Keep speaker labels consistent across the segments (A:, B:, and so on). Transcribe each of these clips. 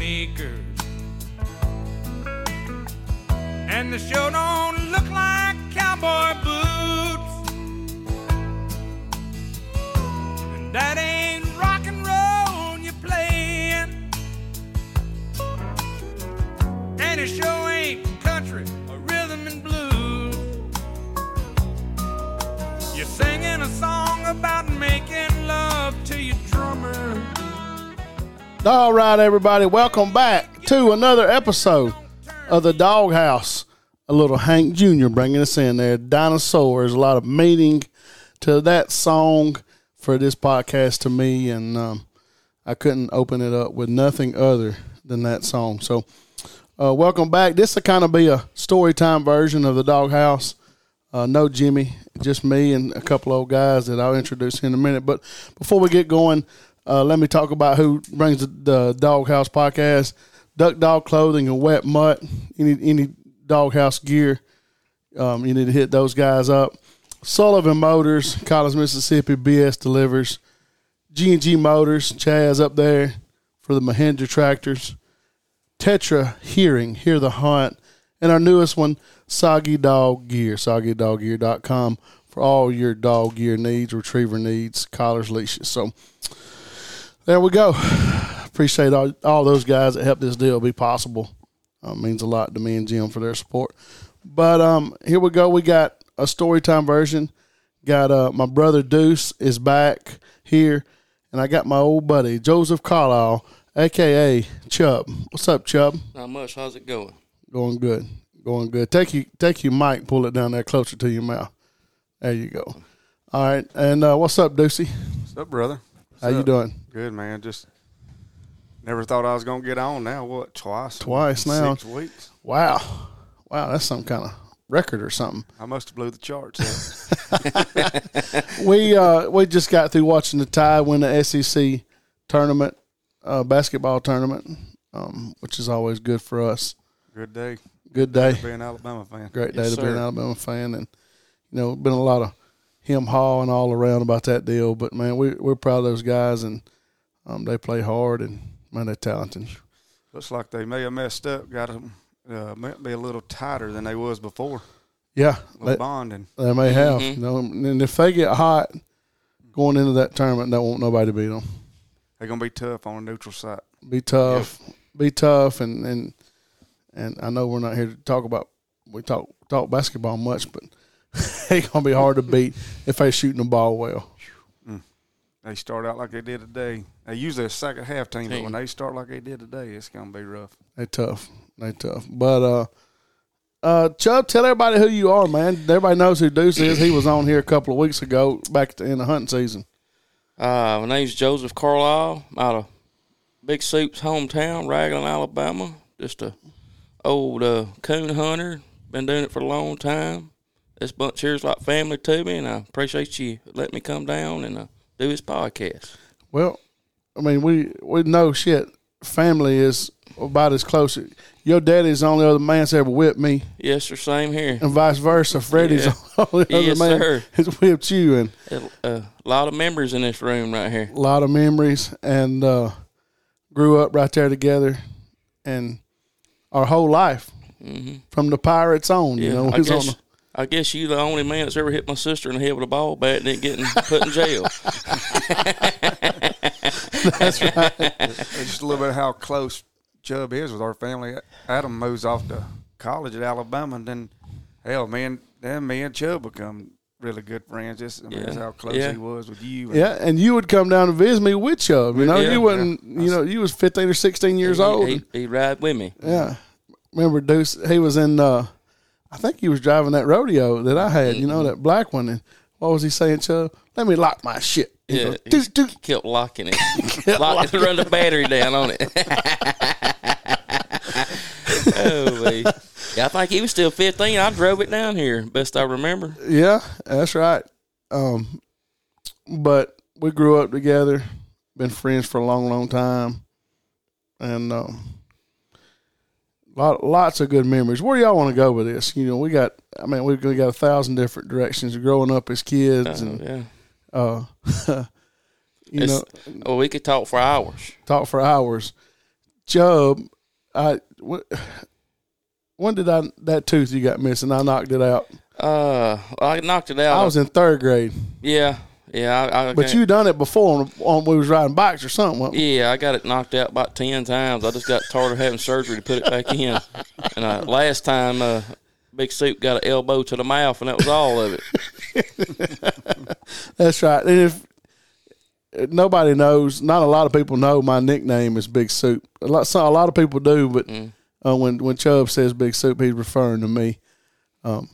A: acres. And the show don't look like cowboy boots. And that ain't rock and roll you're playing. And it sure ain't country or rhythm and blues. You're singing a song about making love to your drummer.
B: All right, everybody, welcome back to another episode of the Doghouse. A little Hank Jr. bringing us in there. Dinosaurs, a lot of meaning to that song for this podcast to me, and um, I couldn't open it up with nothing other than that song. So, uh, welcome back. This will kind of be a story time version of the Doghouse. Uh, no Jimmy, just me and a couple old guys that I'll introduce in a minute. But before we get going, uh, let me talk about who brings the, the Doghouse podcast. Duck Dog Clothing and Wet Mutt, any any doghouse gear, um, you need to hit those guys up. Sullivan Motors, Collins, Mississippi, BS delivers. G and G Motors, Chaz up there for the Mahindra tractors. Tetra Hearing, Hear the Hunt, and our newest one, Soggy Dog Gear, soggydoggear.com for all your dog gear needs, retriever needs, collars, leashes. So there we go. Appreciate all, all those guys that helped this deal be possible. Uh, means a lot to me and Jim for their support. But um, here we go. We got a story time version. Got uh, my brother Deuce is back here, and I got my old buddy Joseph Carlisle, aka Chubb. What's up, Chubb?
C: Not much. How's it going?
B: Going good. Going good. Take you take your mic, pull it down there closer to your mouth. There you go. All right. And uh, what's up, Deucey?
D: What's up, brother? What's
B: How you
D: up?
B: doing?
D: Good, man. Just never thought I was gonna get on. Now what? Twice.
B: Twice now.
D: Six weeks.
B: Wow. Wow, that's some kind of record or something.
D: I must have blew the charts.
B: we uh, we just got through watching the tie win the SEC tournament, uh, basketball tournament, um, which is always good for us.
D: Good day.
B: Good day,
D: Being an Alabama fan.
B: great day
C: Yes,
B: to be an
C: sir.
B: Alabama fan, and you know, been a lot of him haw and all around about that deal. But man, we we're proud of those guys, and um, they play hard and man, they're talented.
D: Looks like they may have messed up. Got them. Uh, might be a little tighter than they was before.
B: Yeah,
D: A
B: they,
D: little bonding.
B: they may have,
C: mm-hmm.
B: you know, and if they get hot going into that tournament, they won't nobody beat them.
D: They're gonna be tough on a neutral site.
B: be tough, be tough, and and and I know we're not here to talk about we talk talk basketball much, but it's gonna be hard to beat if they're shooting the ball well.
D: They start out like they did today. They usually a second half team, but
C: Team.
D: when they start like they did today, it's gonna be rough.
B: They tough, they tough. But uh, uh, Chubb, tell everybody who you are, man. Everybody knows who Deuce is. He was on here a couple of weeks ago, back at the end of hunting season.
C: Uh, my name's Joseph Carlisle. I'm out of Big Soup's hometown, Raglan, Alabama. Just a old uh, coon hunter. Been doing it for a long time. This bunch here's like family to me, and I appreciate you letting me come down and uh, do this podcast.
B: Well, I mean, we we know shit. Family is about as close. Your daddy's the only other man that's ever whipped me.
C: Yes, sir. Same here.
B: and vice versa. Freddie's
C: Yeah.
B: all the other
C: Yes,
B: man
C: sir.
B: has whipped you, and
C: A uh, a lot of members in this room right here.
B: a lot of memories, and uh, grew up right there together, and our whole life from the Pirates on.
C: Mm-hmm. Yeah,
B: you know,
C: I
B: he's on
C: guess.
B: the-
C: I guess you the only man that's ever hit my sister in the head with a ball bat and then getting put in jail.
D: It's just a little bit of how close Chubb is with our family. Adam moves off to college at Alabama, and then hell, me and then me and Chubb become really good friends. Just I mean, that's
C: Yeah.
D: how close
C: Yeah.
D: he was with you. And
B: yeah, and you would come down and visit me with you. You know,
C: Yeah.
B: you wasn't. You know, you was fifteen or sixteen years old.
C: He, he, he ride with me.
B: yeah, remember Deuce? He was in. Uh, I think he was driving that rodeo that I had. You know,
C: Mm-hmm.
B: that black one. And what was he saying, Chubb? Let me lock my shit. He
C: Yeah,
B: goes,
C: he-
B: "Doot, doot."
C: kept locking it. Lock, run the battery down on it. oh, wee. yeah, I think he was still 15. I drove it down here, best I remember.
B: Yeah, that's right. Um, but we grew up together, been friends for a long, long time, and um, lot, lots of good memories. Where y'all want to go with this? You know, we got. I mean, we've we got a thousand different directions. Growing up as kids,
C: Oh,
B: and
C: yeah.
B: uh, you
C: It's-
B: know,
C: Oh, we could talk for hours.
B: talk for hours. Chubb I wh- when did I that tooth you got missing? I knocked it out.
C: Uh, I knocked it out.
B: I was in third grade,
C: yeah, yeah. I, I
B: but you done it before on, on we was riding bikes or something. wasn't we?
C: Yeah, I got it knocked out about ten times. I just got tired of having surgery to put it back in. And uh, last time, uh, Big Soup got an elbow to the mouth, and that was all of it.
B: That's right. And if uh, nobody knows, not a lot of people know my nickname is Big Soup. A lot, so a lot of people do, but
C: Mm.
B: uh, when when Chubb says Big Soup, he's referring to me. Um,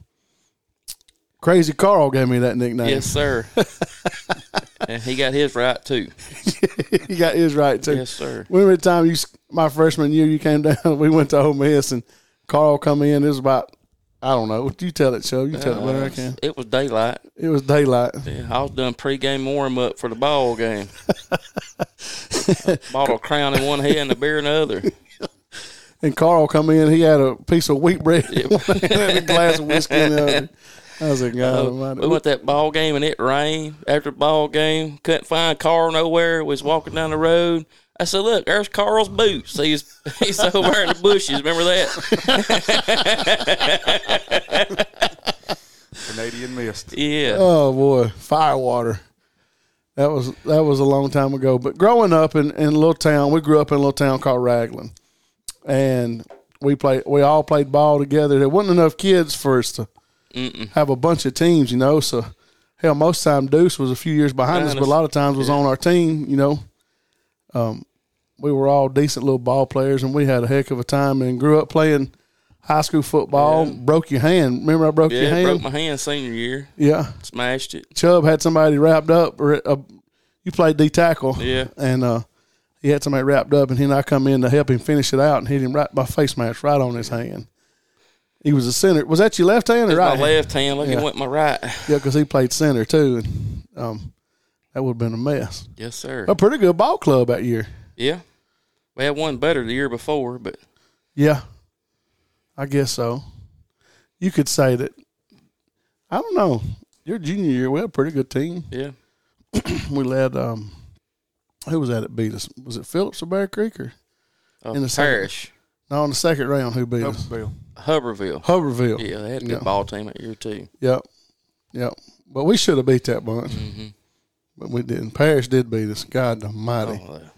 B: Crazy Carl gave me that nickname.
C: Yes, sir. and he got his right too.
B: he got his right too.
C: Yes, sir.
B: Remember the time you, s- my freshman year, you came down. We went to Ole Miss, and Carl come in. It was about, I don't know. You tell it, Chubb. You tell it
C: Uh,
B: better I can.
C: It was daylight.
B: It was daylight.
C: Yeah, I was done pregame warm up for the ball game. Bottle of crown in one hand, and a beer in the other.
B: And Carl come in. He had a piece of wheat bread, in one hand and a glass of whiskey. In the other. I was like, God almighty.
C: We went to that ball game and it rained. After the ball game, couldn't find Carl nowhere. Was walking down the road. I said, "Look, there's Carl's boots. He's he's over there in the bushes. Remember that?
D: Canadian mist.
C: Yeah,
B: Oh boy, firewater. That was that was a long time ago. But growing up in in a little town, we grew up in a little town called Raglan, and we played. We all played ball together. There wasn't enough kids for us to have a bunch of teams, you know. So hell, most time Deuce was a few years behind us, but a lot of times was on our team, you know. Um, we were all decent little ball players, and we had a heck of a time. And grew up playing high school football. Broke your hand. Remember, I broke your
C: yeah.
B: hand.
C: Broke my hand senior year.
B: yeah.
C: Smashed it.
B: Chubb had somebody wrapped up, or uh, you played D tackle,
C: Yeah.
B: and uh, he had somebody wrapped up, and he and I come in to help him finish it out, and hit him right by face mask, right on his hand. He was a center. Was that your left hand or right?
C: My
B: hand?
C: left hand. Look,
B: Yeah.
C: it went my right.
B: Yeah, because he played center too, and um, that would have been a mess.
C: Yes, sir.
B: A pretty good ball club that year.
C: Yeah, we had one better the year before, but
B: Yeah, I guess so. You could say that. I don't know. Your junior year, we had a pretty good team.
C: yeah,
B: we led um who was that that beat us? Was it Phillips or Bear Creek or
C: uh,
B: In the second-
C: parish
B: no in the second round who beat us?
D: Bill.
C: Huberville.
B: Huberville.
C: Yeah, they had a
B: Yeah.
C: good ball team that year too.
B: Yep. Yep. But we should have beat that bunch. But we didn't. Parish did beat us. God almighty.
C: Mm-hmm.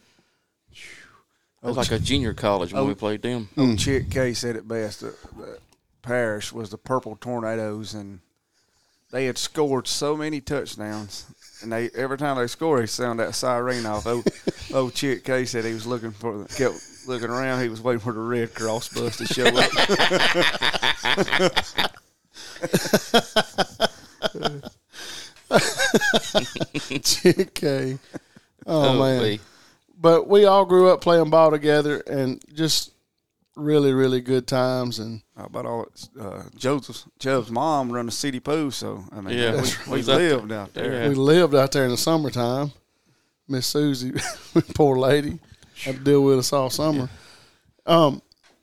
C: Oh, uh, it was like a junior college when
B: Oh.
C: we played them.
D: Old Chick K said it best. The, the parish was the purple tornadoes, and they had scored so many touchdowns. And they every time they scored, he sound that siren off. Old, old Chick K said he was looking for, the, kept looking around. He was waiting for the Red Cross bus to show up.
B: Chick K. Oh man.
C: Hopefully.
B: But we all grew up playing ball together and just really, really good times and
D: How about all uh, Joseph's Chubb's mom run a city pool, so I mean,
C: Yeah,
D: we,
C: that's
D: we
C: right.
D: lived out there.
C: Yeah.
B: we lived out there in the summertime. Miss Susie, poor lady, had to deal with us all summer. Um,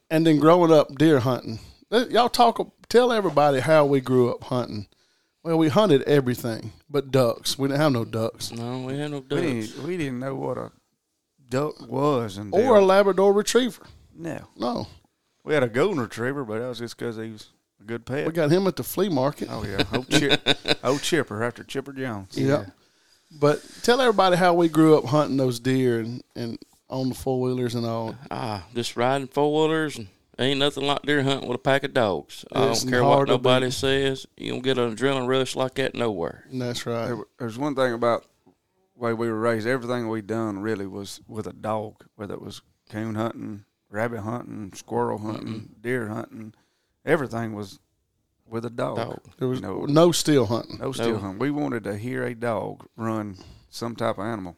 B: and then growing up deer hunting, Let- y'all talk. Tell everybody how we grew up hunting. Well, we hunted everything but ducks. We didn't have no ducks
C: No, we had no ducks.
D: We didn't, we didn't know what a duck was, and
B: or a Labrador Retriever.
D: no,
B: No,
D: we had a golden retriever, but that was just because he was a good pet.
B: we got him at the flea market.
D: Oh yeah, old, Chip, old Chipper after Chipper Jones.
B: Yeah. But tell everybody how we grew up hunting those deer and, and on the four wheelers and all.
C: Ah, just riding four wheelers and ain't nothing like deer hunting with a pack of dogs. I
B: It's
C: don't care what
B: hard to
C: nobody says. You don't get an adrenaline rush like that nowhere.
B: And that's right.
D: There- There's one thing about the way we were raised. Everything we done really was with a dog, whether it was coon hunting, rabbit hunting, squirrel hunting, deer hunting. Everything was with a dog.
C: Dog.
B: There was
D: you know,
B: no steel hunting.
D: No still
C: No.
D: hunt. We wanted to hear a dog run some type of animal.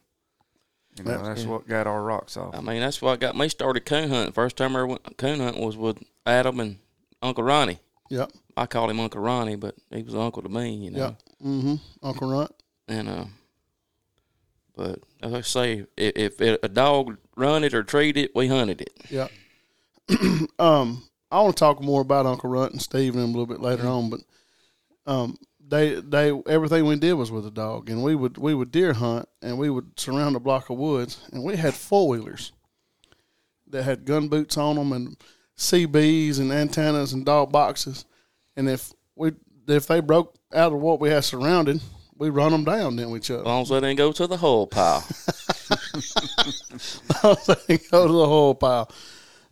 D: You know, that's what got our rocks off.
C: I mean, that's what got me started coon hunting. First time I ever went coon hunting was with Adam and Uncle Ronnie.
B: Yep.
C: I called him Uncle Ronnie, but he was uncle to me, you know.
B: Yeah. Mm-hmm. Uncle Runt.
C: And uh, but as I say, if, if it, a dog run it or treat it, we hunted it.
B: Yeah. um, I want to talk more about Uncle Runt and Steve and them a little bit later on, but um, they they everything we did was with a dog, and we would we would deer hunt, and we would surround a block of woods, and we had four wheelers, that had gun boots on them and CBs and antennas and dog boxes. And if we if they broke out of what we had surrounded, we run them down, didn't we, Chuck?
C: As long as they didn't go to the hole pile.
B: They go to the hole pile.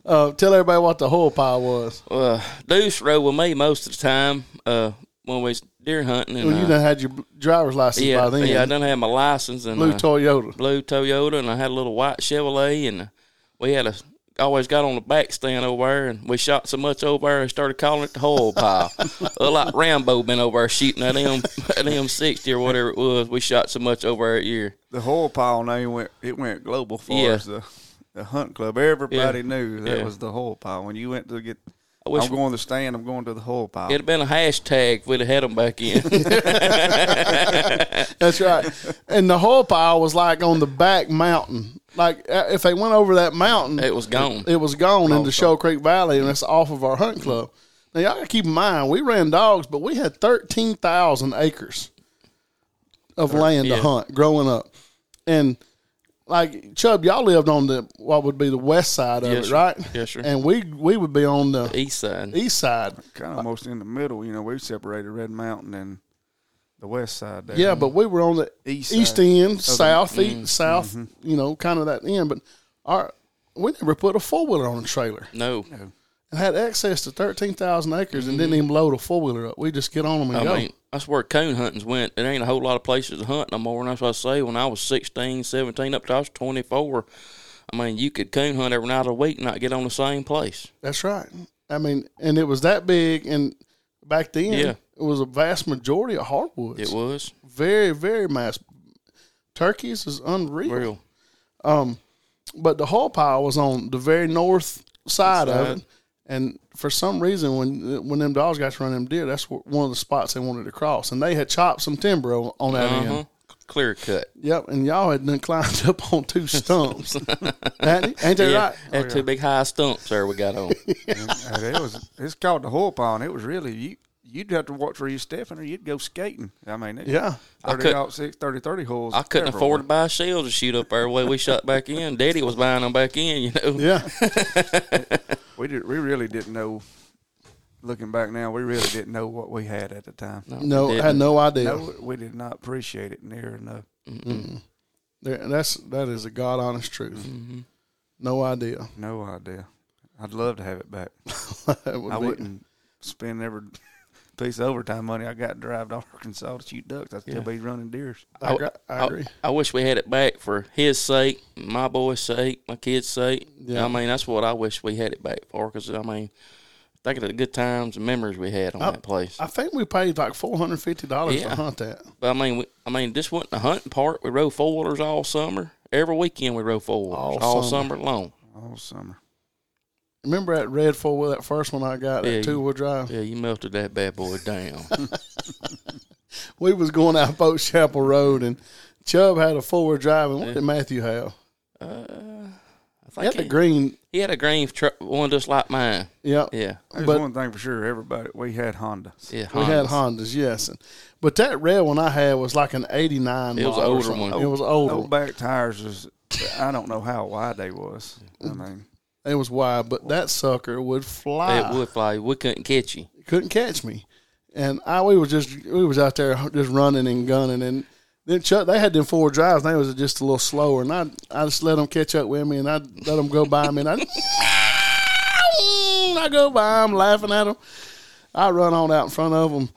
B: Uh, tell everybody what the hole pile was.
C: uh, Deuce rode with me most of the time uh, when we was deer hunting. And,
B: Well, you
C: uh,
B: done had your driver's license
C: yeah,
B: by then.
C: yeah, I done had my license and
B: Blue
C: uh,
B: Toyota.
C: blue Toyota, and I had a little white Chevrolet, and we had a always got on the back stand over there, and we shot so much over there, and started calling it the hole pile. Looked like Rambo been over there shooting at M at M sixty or whatever it was. We shot so much over that year.
D: The whole pile name went it went global for
C: Yeah.
D: us. The, the hunt club. Everybody
C: Yeah.
D: knew that
C: Yeah.
D: was the whole pile. When you went to get
C: I wish-
D: I'm going to the stand, I'm going to the whole pile.
C: It'd have been a hashtag if we'd have had them back in.
B: That's right. and the hole pile was like on the back mountain. Like uh, if they went over that mountain,
C: it was gone.
B: it was gone Mm-hmm. into Shoal Creek Valley, and that's off of our hunt club. Now y'all gotta keep in mind we ran dogs, but we had thirteen thousand acres of land
C: yeah.
B: to hunt growing up, and like Chubb, y'all lived on the what would be the west side of
C: Yes,
B: it,
C: sir.
B: right?
C: Yes, sir.
B: And we we would be on the
C: East side.
B: east side.
D: kind of almost in the middle. You know, we separated Red Mountain and the west side there.
B: Yeah, but we were on the
D: East
B: east,
D: side.
B: end, south,
C: Mm-hmm.
B: east, south. You know, kind of that end. But our we never put a four wheeler on a trailer.
C: No.
B: and had access to 13,000 acres and didn't even load a four wheeler up. We just get on them and
C: Mm-hmm. I
B: go.
C: mean, that's where coon huntings went. There ain't a whole lot of places to hunt no more. And that's what I say. When I was 16, 17, up to I was 24, I mean, you could coon hunt every night of the week and not get on the same place.
B: That's right. I mean, and it was that big. And back then,
C: Yeah.
B: it was a vast majority of hardwoods.
C: It was
B: Very, very mass. Turkeys is unreal.
C: real.
B: But the whole pile was on the very north side of it. And for some reason, when when them dogs got to run them deer, that's wh- one of the spots they wanted to cross. And they had chopped some timber on, on that end.
C: Uh-huh. Clear cut.
B: Yep, and y'all had done climbed up on two stumps. ain't ain't that
C: Yeah.
B: right?
C: Had two big high stumps there we got on.
D: And uh, it was it's called the whole pile. And it was really you. You'd have to watch where you're stepping, or you'd go skating. I mean, it,
B: Yeah.
D: thirty
C: couldn't-
D: out six, 30, 30 holes.
C: I couldn't
D: everywhere.
C: afford to buy shells to shoot up there the way we shot back in. Daddy was buying them back in, you know.
B: Yeah.
D: We did. We really didn't know. Looking back now, we really didn't know what we had at the time.
B: No,
C: Didn't.
B: I had no idea.
D: No, we did not appreciate it near enough.
B: There- That's that is a god honest truth. No idea.
D: No idea. I'd love to have it back.
B: That would
D: I
B: be-
D: wouldn't spend every piece of overtime money I got to drive to Arkansas to shoot ducks. I'd still be running deers.
B: I, gra- I agree.
C: I wish we had it back for his sake, my boy's sake, my kid's sake. I mean, that's what I wish we had it back for. Because I mean, think of the good times and memories we had on that place.
B: I think we paid like four hundred fifty dollars
C: Yeah.
B: to hunt that.
C: but I mean, we, I mean, this wasn't the hunting part. We rode four wheelers all summer. Every weekend we rode four wheelers
B: All
C: all,
B: summer.
C: summer. long.
D: All summer.
B: Remember that red four wheel that first one I got
C: Yeah,
B: that
C: you-
B: two wheel drive.
C: Yeah, you melted that bad boy down.
B: We was going out Boat Chapel Road and Chubb had a four wheel drive and what did Matthew have?
C: I
B: He
C: think
B: had the
C: he,
B: green.
C: he had a green truck, one just like mine.
B: Yep.
C: Yeah,
D: There's
B: But-
D: one thing for sure. Everybody, we had Hondas.
C: yeah.
B: We had
C: Hondas.
B: Hondas, yes. And- But that red one I had was like an 89
C: It was
B: model or
C: older
B: something.
C: one.
B: It was older.
D: Old back tires was. I don't know how wide they was. I mean,
B: It was wide, but that sucker would fly.
C: It would fly. We couldn't catch you.
B: Couldn't catch me. And I we was just we was out there just running and gunning and then Chuck they had them four drives and they was just a little slower and I I just let them catch up with me and I let them go by me and I I go by them laughing at them. I run on out in front of them.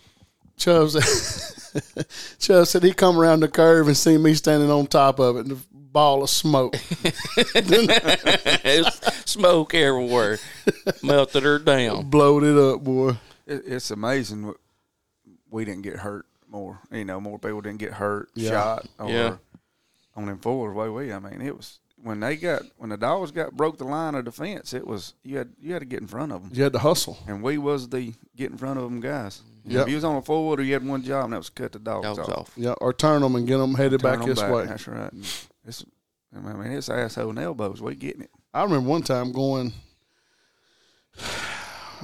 B: Chubb said, Chubb said he come around the curve and see me standing on top of it and a ball of smoke.
C: It was smoke everywhere. Melted her down.
B: Blowed it up, boy.
D: it, it's amazing. what- We didn't get hurt more. You know, more people didn't get hurt, shot, or
C: Yeah.
D: on them fours. Way we. I mean, it was when they got when the dogs got broke the line of defense. It was you had you had to get in front of them.
B: You had to hustle.
D: and we was the get in front of them guys.
B: Yep.
D: If you was on a four wheeler, you had one job, and that was cut the dogs,
C: Dogs
D: off.
C: off.
B: Yeah, or turn them and get them headed
D: Turn
B: back
D: 'em
B: this way.
D: That's right. And It's, I mean, it's asshole and elbows. We getting it.
B: I remember one time going.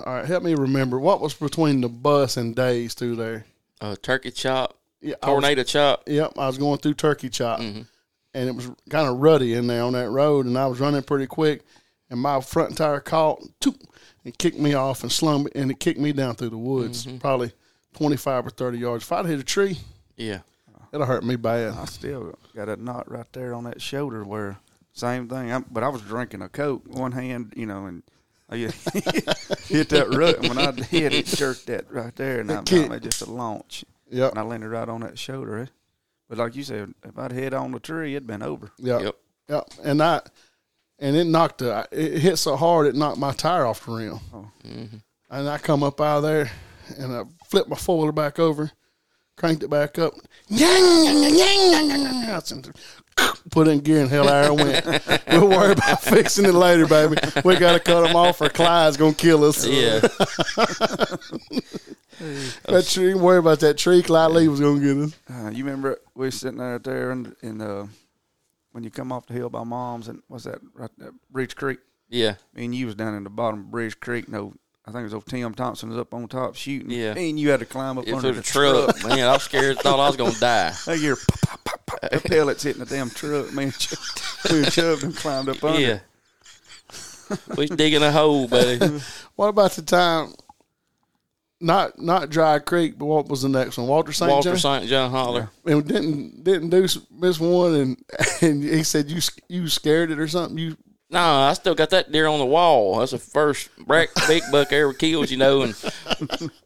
B: All right, help me remember what was between the bus and days through there.
C: uh, turkey chop,
B: Yeah, I was-
C: tornado chop.
B: Yep, I was going through Turkey Chop, and it was kind of ruddy in there on that road, and I was running pretty quick, and my front tire caught toop, and kicked me off and slung me, and it kicked me down through the woods, probably twenty five or thirty yards. If I'd hit a tree,
C: Yeah.
B: it'll hurt me bad.
D: I still got a knot right there on that shoulder where same thing. i but I was drinking a coke one hand, you know, and I just hit that rut. And when I hit it, jerked that right there, and I
B: Kid.
D: I made just a launch.
B: Yep.
D: And I landed right on that shoulder. eh? But like you said, if I'd hit on the tree, it'd been over.
B: Yep. Yep.
C: Yep.
B: And I and it knocked the it hit so hard it knocked my tire off the rim.
C: Mm-hmm.
B: And I come up out of there and I flipped my four wheeler back over, cranked it back up, put in gear and hell out I went. we'll worry about fixing it later, baby. We gotta cut them off or Clyde's gonna kill us.
C: Yeah.
B: That tree, you worry about that tree. Clyde Lee was gonna get us.
D: Uh, you remember we was sitting out there and in uh, when you come off the hill by mom's and what's that right there, Bridge Creek?
C: yeah.
D: Me and you was down in the bottom of Bridge Creek. No, I think it was old Tim Thompson was up on top shooting.
C: Yeah.
D: and you had to climb up
C: It
D: under
C: through
D: the
C: the
D: truck.
C: truck, man. I was scared. Thought I was gonna die.
D: I hear pop, pop, pop, pop, the pellets hitting the damn truck. Man, we shoved and climbed up under.
C: Yeah. We was digging a hole, buddy.
B: What about the time? Not not Dry Creek, but what was the next one? Walter St.
C: Walter
B: John?
C: St. John Holler.
B: and didn't didn't do s- miss one, and and he said you s- you scared it or something. You
C: No, I still got that deer on the wall. That's the first brack, big buck I ever killed, you know. And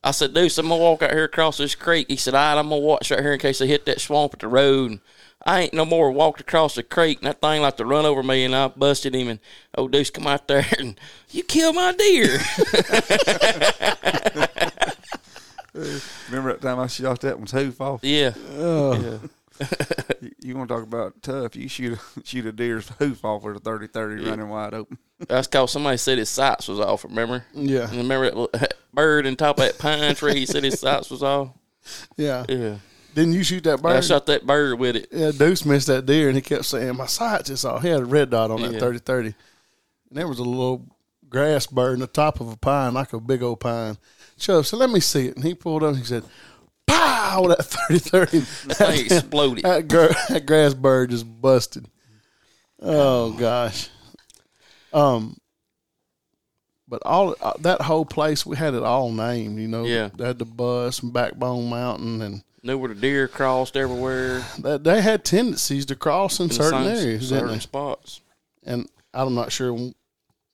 C: I said, dude, so I'm going to walk out here across this creek. He said, all right, I'm going to watch right here in case they hit that swamp at the road. And I ain't no more walked across the creek, and that thing like to run over me, and I busted him. And old Deuce come out there, and you killed my deer.
D: Remember that time I shot that one too? Off.
C: yeah.
D: You, want to talk about tough? You shoot a, shoot a deer's hoof off with a 30-30 running wide open.
C: That's because somebody said his sights was off, remember?
B: Yeah.
C: And remember that little bird on top of that pine tree? He said his sights was off.
B: yeah.
C: Yeah.
B: Didn't you shoot that
C: I
B: bird?
C: shot that bird with it.
B: yeah, uh, Deuce missed that deer, and he kept saying my sights is off. He had a red dot on that
C: Yeah.
B: thirty thirty, and there was a little grass bird in the top of a pine, like a big old pine. Chubb said, "Let me see it," and he pulled up. and He said, "Pow!" with That thirty thirty,
C: Thing exploded.
B: that, gr- that grass bird just busted. Oh gosh. Um. But all uh, that whole place, we had it all named. You know,
C: Yeah.
B: They had the bus and Backbone Mountain, and
C: knew where the deer crossed everywhere
B: that, they had tendencies to cross in,
C: in
B: certain
C: certain,
B: areas, didn't
C: certain
B: they?
C: spots.
B: And I'm not sure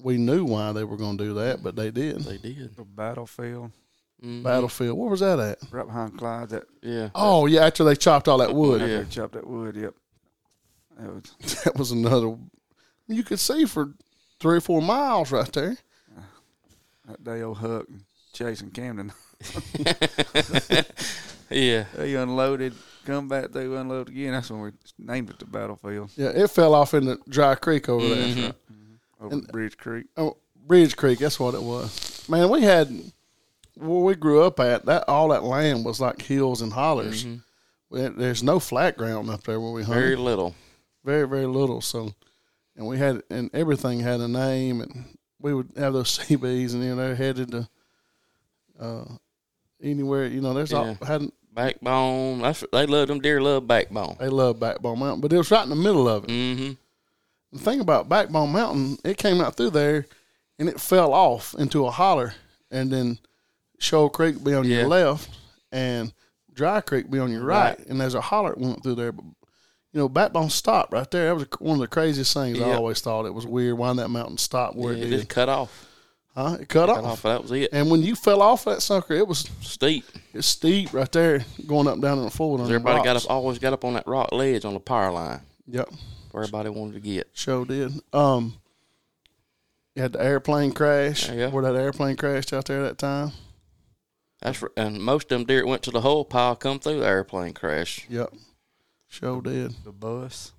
B: we knew why they were going to do that, but they did.
C: They did.
D: The battlefield
B: Battlefield, where was that at?
D: right behind Clyde. That
C: Yeah.
B: Oh yeah, after they chopped all that wood,
D: yeah.
C: Yeah.
D: chopped that wood. Yep. That was,
B: that was another. You could see for three or four miles right there.
D: that day old Huck and Jason Camden.
C: Yeah.
D: They unloaded. Come back. They unload again. That's when we named it the battlefield
B: Yeah, it fell off in the dry creek over there.
D: over Bridge Creek.
B: Oh, Bridge Creek, that's what it was. Man, we had where we grew up at that all that land was like hills and hollers. There- There's no flat ground up there where we hunted.
C: Very
B: Very,
C: little.
B: very, little. So, and we had and everything had a name, and we would have those CBs, and you know, headed to uh, anywhere. You know, there's all
C: Yeah.
B: had
C: Backbone. That's they love them deer love backbone.
B: they love Backbone Mountain, but it was right in the middle of it.
C: Mm-hmm.
B: the thing about Backbone Mountain, it came out through there and it fell off into a holler and then Shoal Creek be on your
C: Yeah.
B: left and Dry Creek be on your right. And there's a holler that went through there. But, you know, Backbone stopped right there. That was one of the craziest things I
C: Yep.
B: always thought. It was weird why that mountain stopped where
C: Yeah,
B: it
C: it
B: did.
C: just cut off.
B: huh? It cut,
C: Cut
B: off.
C: off. That was it.
B: And when you fell off that sucker, it was
C: Steep.
B: it's steep right there going up and down in the floor. on the
C: Everybody got
B: rocks.
C: up always got up on that rock ledge on the power line
B: Yep.
C: where everybody wanted to get.
B: Show did. Um, you had the airplane crash.
C: Yeah, yeah.
B: Where that airplane crashed out there that time.
C: That's r- and most of them deer that went to the hole pile come through the airplane crash.
B: Yep. Show did.
D: The bus.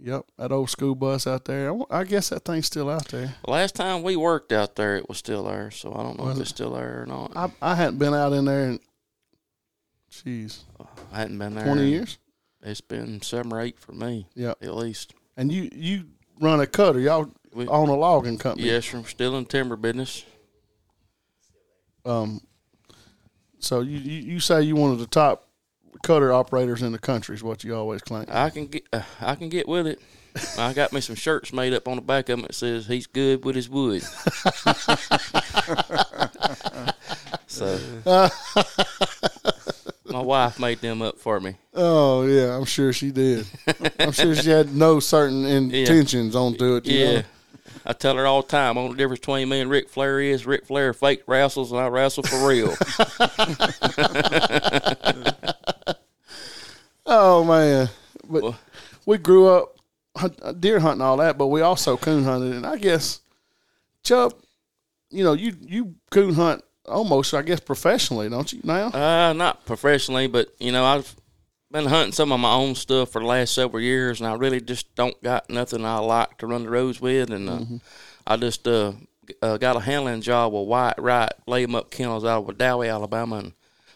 B: Yep. That old school bus out there. I wa- I, guess that thing's still out there.
C: The last time we worked out there it was still there, so I don't know if it's still there or not. I,
B: I I hadn't been out in there in, jeez,
C: hadn't been there.
B: twenty
C: in-
B: years.
C: It's been seven or eight for me.
B: Yep.
C: At least.
B: And you you run a cutter. Y'all
C: We-
B: own a logging company.
C: Yes, sir. I'm still in timber business.
B: Um. So you, you you say you one of the top cutter operators in the country is what you always claim.
C: I can get uh, I can get with it. I got me some shirts made up on the back of them that says he's good with his wood. so my wife made them up for me.
B: Oh yeah, I'm sure she did. I'm sure she had no certain intentions on to it. you
C: Yeah.
B: know?
C: I tell her all the time, only difference between me and Ric Flair is Ric Flair fake wrestles and I wrestle for real.
B: Oh man, but
C: Well-
B: we grew up hunt, uh, deer hunting all that, but we also coon hunted, and I guess Chubb, you know, you you coon hunt almost, I guess, professionally, don't you now?
C: Uh, not professionally, but you know, I've been hunting some of my own stuff for the last several years, and I really just don't got nothing I like to run the roads with, and uh,
B: Mm-hmm.
C: I just uh, g- uh, got a handling job with White Wright lay 'em up kennels out of Dowie, Alabama, and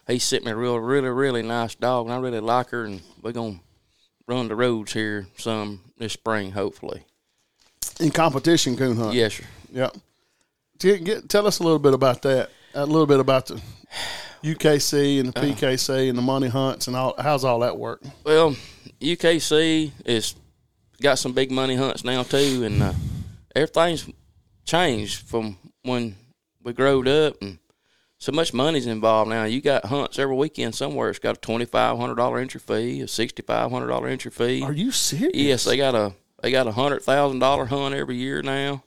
C: he sent me a real, really, really nice dog, and I really like her, and we're gonna run the roads here some this spring, hopefully.
B: In competition coon hunting,
C: Yes, sir.
B: yeah. Get, get, tell us a little bit about that. A little bit about the UKC and the
C: Uh-huh.
B: PKC and the money hunts and all. How's all that work?
C: Well, UKC is got some big money hunts now too, and uh, everything's changed from when we growed up, and so much money's involved now. You got hunts every weekend somewhere. It's got a twenty five hundred dollar entry fee, a sixty five hundred dollar entry fee.
B: Are you serious?
C: yes, they got a they got a hundred thousand dollar hunt every year now.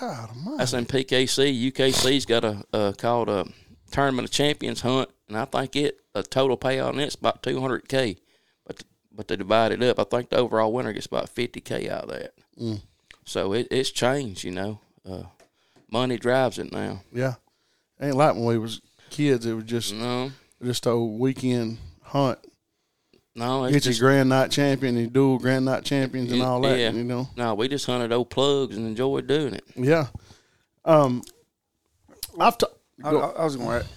B: God, almighty.
C: That's in PKC. UKC's got a uh, called a Tournament of Champions hunt, and I think it a total payout on it's about two hundred k. But but they divide it up. I think the overall winner gets about fifty k out of that. So it, it's changed, you know. Uh, money drives it now.
B: yeah. Ain't like when we was kids. It was just
C: No,
B: just a weekend hunt.
C: no, it's
B: Get
C: just,
B: your grand night champion and dual grand night champions and all that.
C: Yeah.
B: You know,
C: no. We just hunted old plugs and enjoyed doing it.
B: yeah. Um, I've ta-
D: I,
B: go-
D: I, I was going to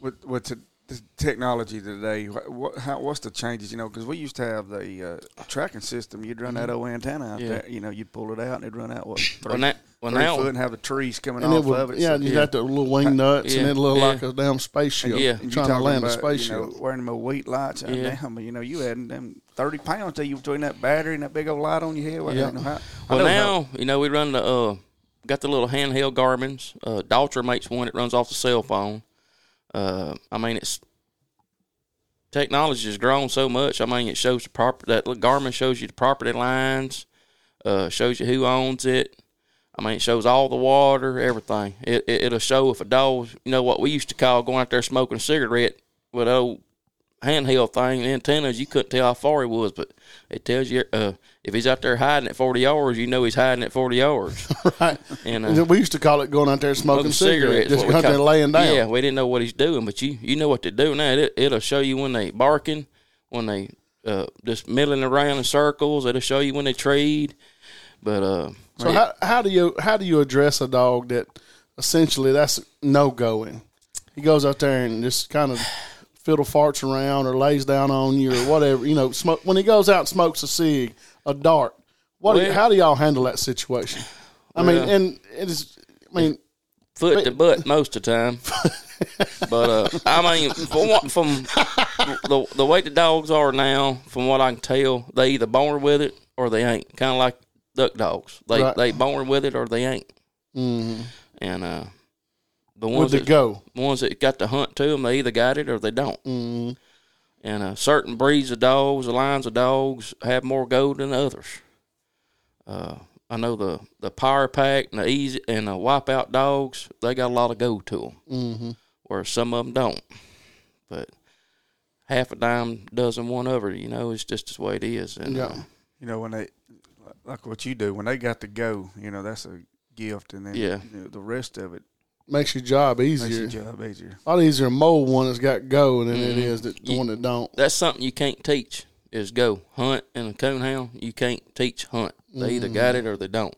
D: with with the, the technology today. wha- What how, what's the changes? You know, because we used to have the uh, tracking system. You'd run that old antenna out
C: Mm-hmm. Yeah.
D: there. You know, you'd pull it out and it'd run out what three,
C: Well, now, well,
D: three
C: now
D: foot and have the trees coming
B: and it
D: off
B: would,
D: of it.
B: yeah,
D: So-
B: you got the little wing nuts and
C: Yeah.
B: it looked
C: Yeah.
B: like a damn spaceship
C: Yeah.
D: And you
B: trying to
D: talking
B: land a
D: about,
B: spaceship.
D: You know, wearing them wheat lights. and
C: Yeah.
D: Damn, you know, you had them 30 pounds that you between that battery and that big old light on your head. Well, I
B: Yeah.
D: don't know how- I
C: Well,
D: don't
C: now
D: know.
C: you know we run the uh, got the little handheld Garmin's. Uh, Daltra makes one that runs off the cell phone. Uh, I mean, it's technology has grown so much. I mean, it shows the proper that little Garmin shows you the property lines, uh, shows you who owns it. I mean, it shows all the water, everything. It, it it'll show if a dog, you know, what we used to call going out there smoking a cigarette with old handheld thing, antennas, you couldn't tell how far he was, but it tells you uh, if he's out there hiding at 40 yards, you know he's hiding at 40 yards.
B: right.
C: And
B: And
C: uh,
B: then we used to call it going out there smoking
C: smoking cigarettes,
B: cigarettes, just
C: what we
B: out there
C: call-
B: laying down.
C: Yeah, we didn't know what he's doing, but you you know what to do now. It, it'll show you when they barking, when they uh, just milling around in circles. It'll show you when they trade. But uh,
B: So how, how do you how do you address a dog that essentially that's no going? He goes out there and just kind of fiddle farts around or lays down on you or whatever. You know, smoke when he goes out and smokes a cig, a dart. What? do you-
C: Well-
B: how do y'all handle that situation? I mean,
C: Well-
B: and it is. I mean,
C: foot to butt most of the time. but uh, I mean, from, what, from the the way the dogs are now, from what I can tell, they either born with it or they ain't. Kind of like duck dogs, they
B: Right.
C: they born with it or they ain't. And uh, the
B: with
C: ones
B: the
C: that-
B: go,
C: the ones that got the hunt to them, they either got it or they don't. Mm. And uh, certain breeds of dogs, the lines of dogs, have more gold than others. Uh, I know the the Power Pack and the Easy and the Wipeout dogs, they got a lot of gold to them, mm-hmm. where some of them don't. But half a dime dozen one over, you know, it's just the way it is. And,
B: yeah,
C: uh,
D: you know when they like what you do when they got to go you know that's a gift and then
C: Yeah.
D: you know, the rest of it
B: makes your job
D: makes
B: easier.
D: your job easier
B: a lot easier to mold one that's got go than it is that the one that don't.
C: that's something you can't teach is go hunt and a coon hound. You can't teach hunt. They either
B: Mm.
C: got it or they don't.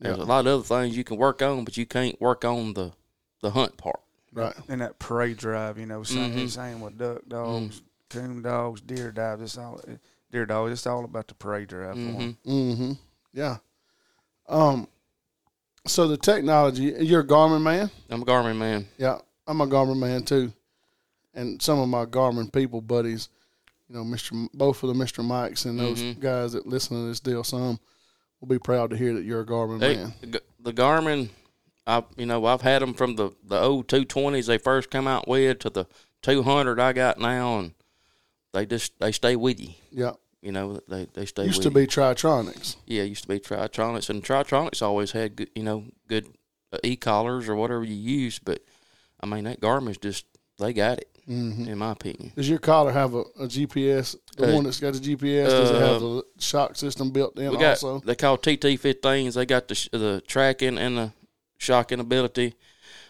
C: There's a lot of other things you can work on, but you can't work on the the hunt part.
B: Right.
D: and that parade drive you know same,
C: Mm-hmm.
D: same with duck
C: Mm.
D: dogs coon dogs deer dives it's all eh, deer dogs it's all about the parade drive for 'em.
B: Mm-hmm. Yeah. Um. So the technology. You're a Garmin man.
C: I'm a Garmin man.
B: Yeah, I'm a Garmin man too. and some of my Garmin people buddies, you know, Mister M- both of the Mister Mikes and those
C: Mm-hmm.
B: guys that listen to this deal, some will be proud to hear that you're a Garmin
C: They-
B: man.
C: the G- the Garmin, I you know I've had them from the the old two twenties they first come out with to the two hundred I got now, and they just they stay with you.
B: Yeah,
C: You know they they stay
B: used
C: with
B: to
C: you.
B: be Tritronics.
C: Yeah, it used to be Tritronics, and Tritronics always had good, you know good uh, e collars or whatever you use. But I mean that Garmin's just they got it in my opinion.
B: Mm-hmm. Does your collar have a, a GPS? The
C: Uh,
B: one that's got a GPS does it
C: uh,
B: have the shock system built in?
C: We got
B: also,
C: they call TT fifteens. They got the sh- the tracking and the shocking ability.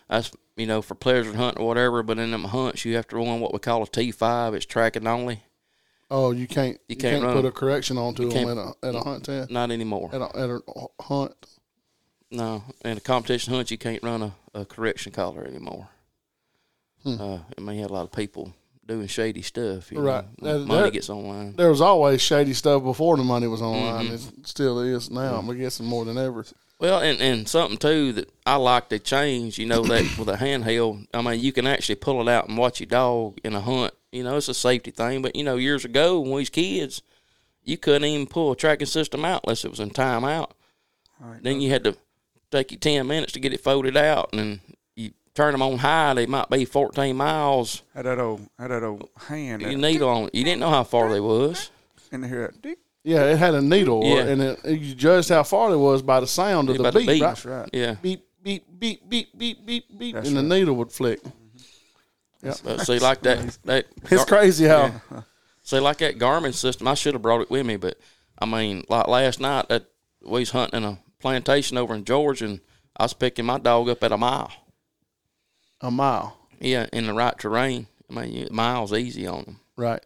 C: That's you know for pleasure hunting or whatever. But in them hunts, you have to run what we call a T five. It's tracking only.
B: oh, you can't you,
C: can't
B: can't,
C: run
B: put
C: them.
B: a correction onto them
C: can't-
B: at a at a hunt test
C: Not anymore.
B: at a, at a hunt.
C: No, in a competition hunt, you can't run a, a correction collar anymore.
B: Hmm.
C: Uh, I mean, you had a lot of people doing shady stuff. You
B: Right.
C: Know, when
B: That-
C: money
B: that-
C: gets online.
B: There was always shady stuff before the money was online. It still is now. I'm guessing more than ever.
C: Well, and, and something too that I like to change, you know, that with a handheld, I mean, you can actually pull it out and watch your dog in a hunt. You know, it's a safety thing. But, you know, years ago when we was kids, you couldn't even pull a tracking system out unless it was in timeout. Then you had to take you 10 minutes to get it folded out. And then you turn them on high, they might be 14 miles.
D: Had that old, had that old hand
C: You
D: that,
C: needle on You didn't know how far they was.
D: in here. that,
B: Yeah, it had a needle,
C: Yeah.
B: and it, you judged how far it was by the sound of the,
C: By
B: beat, right?
D: That's right.
C: Yeah.
B: Beep, beep, beep, beep, beep, beep, beep,
D: That's
B: and the
D: right.
B: needle would flick.
C: But see, like that, that
B: It's crazy how
C: See, like that Garmin system, I should have brought it with me, but I mean, like last night, that we was hunting in a plantation over in Georgia, and I was picking my dog up at a mile.
B: a mile,
C: Yeah, in the right terrain. I mean, you- miles easy on them.
B: right?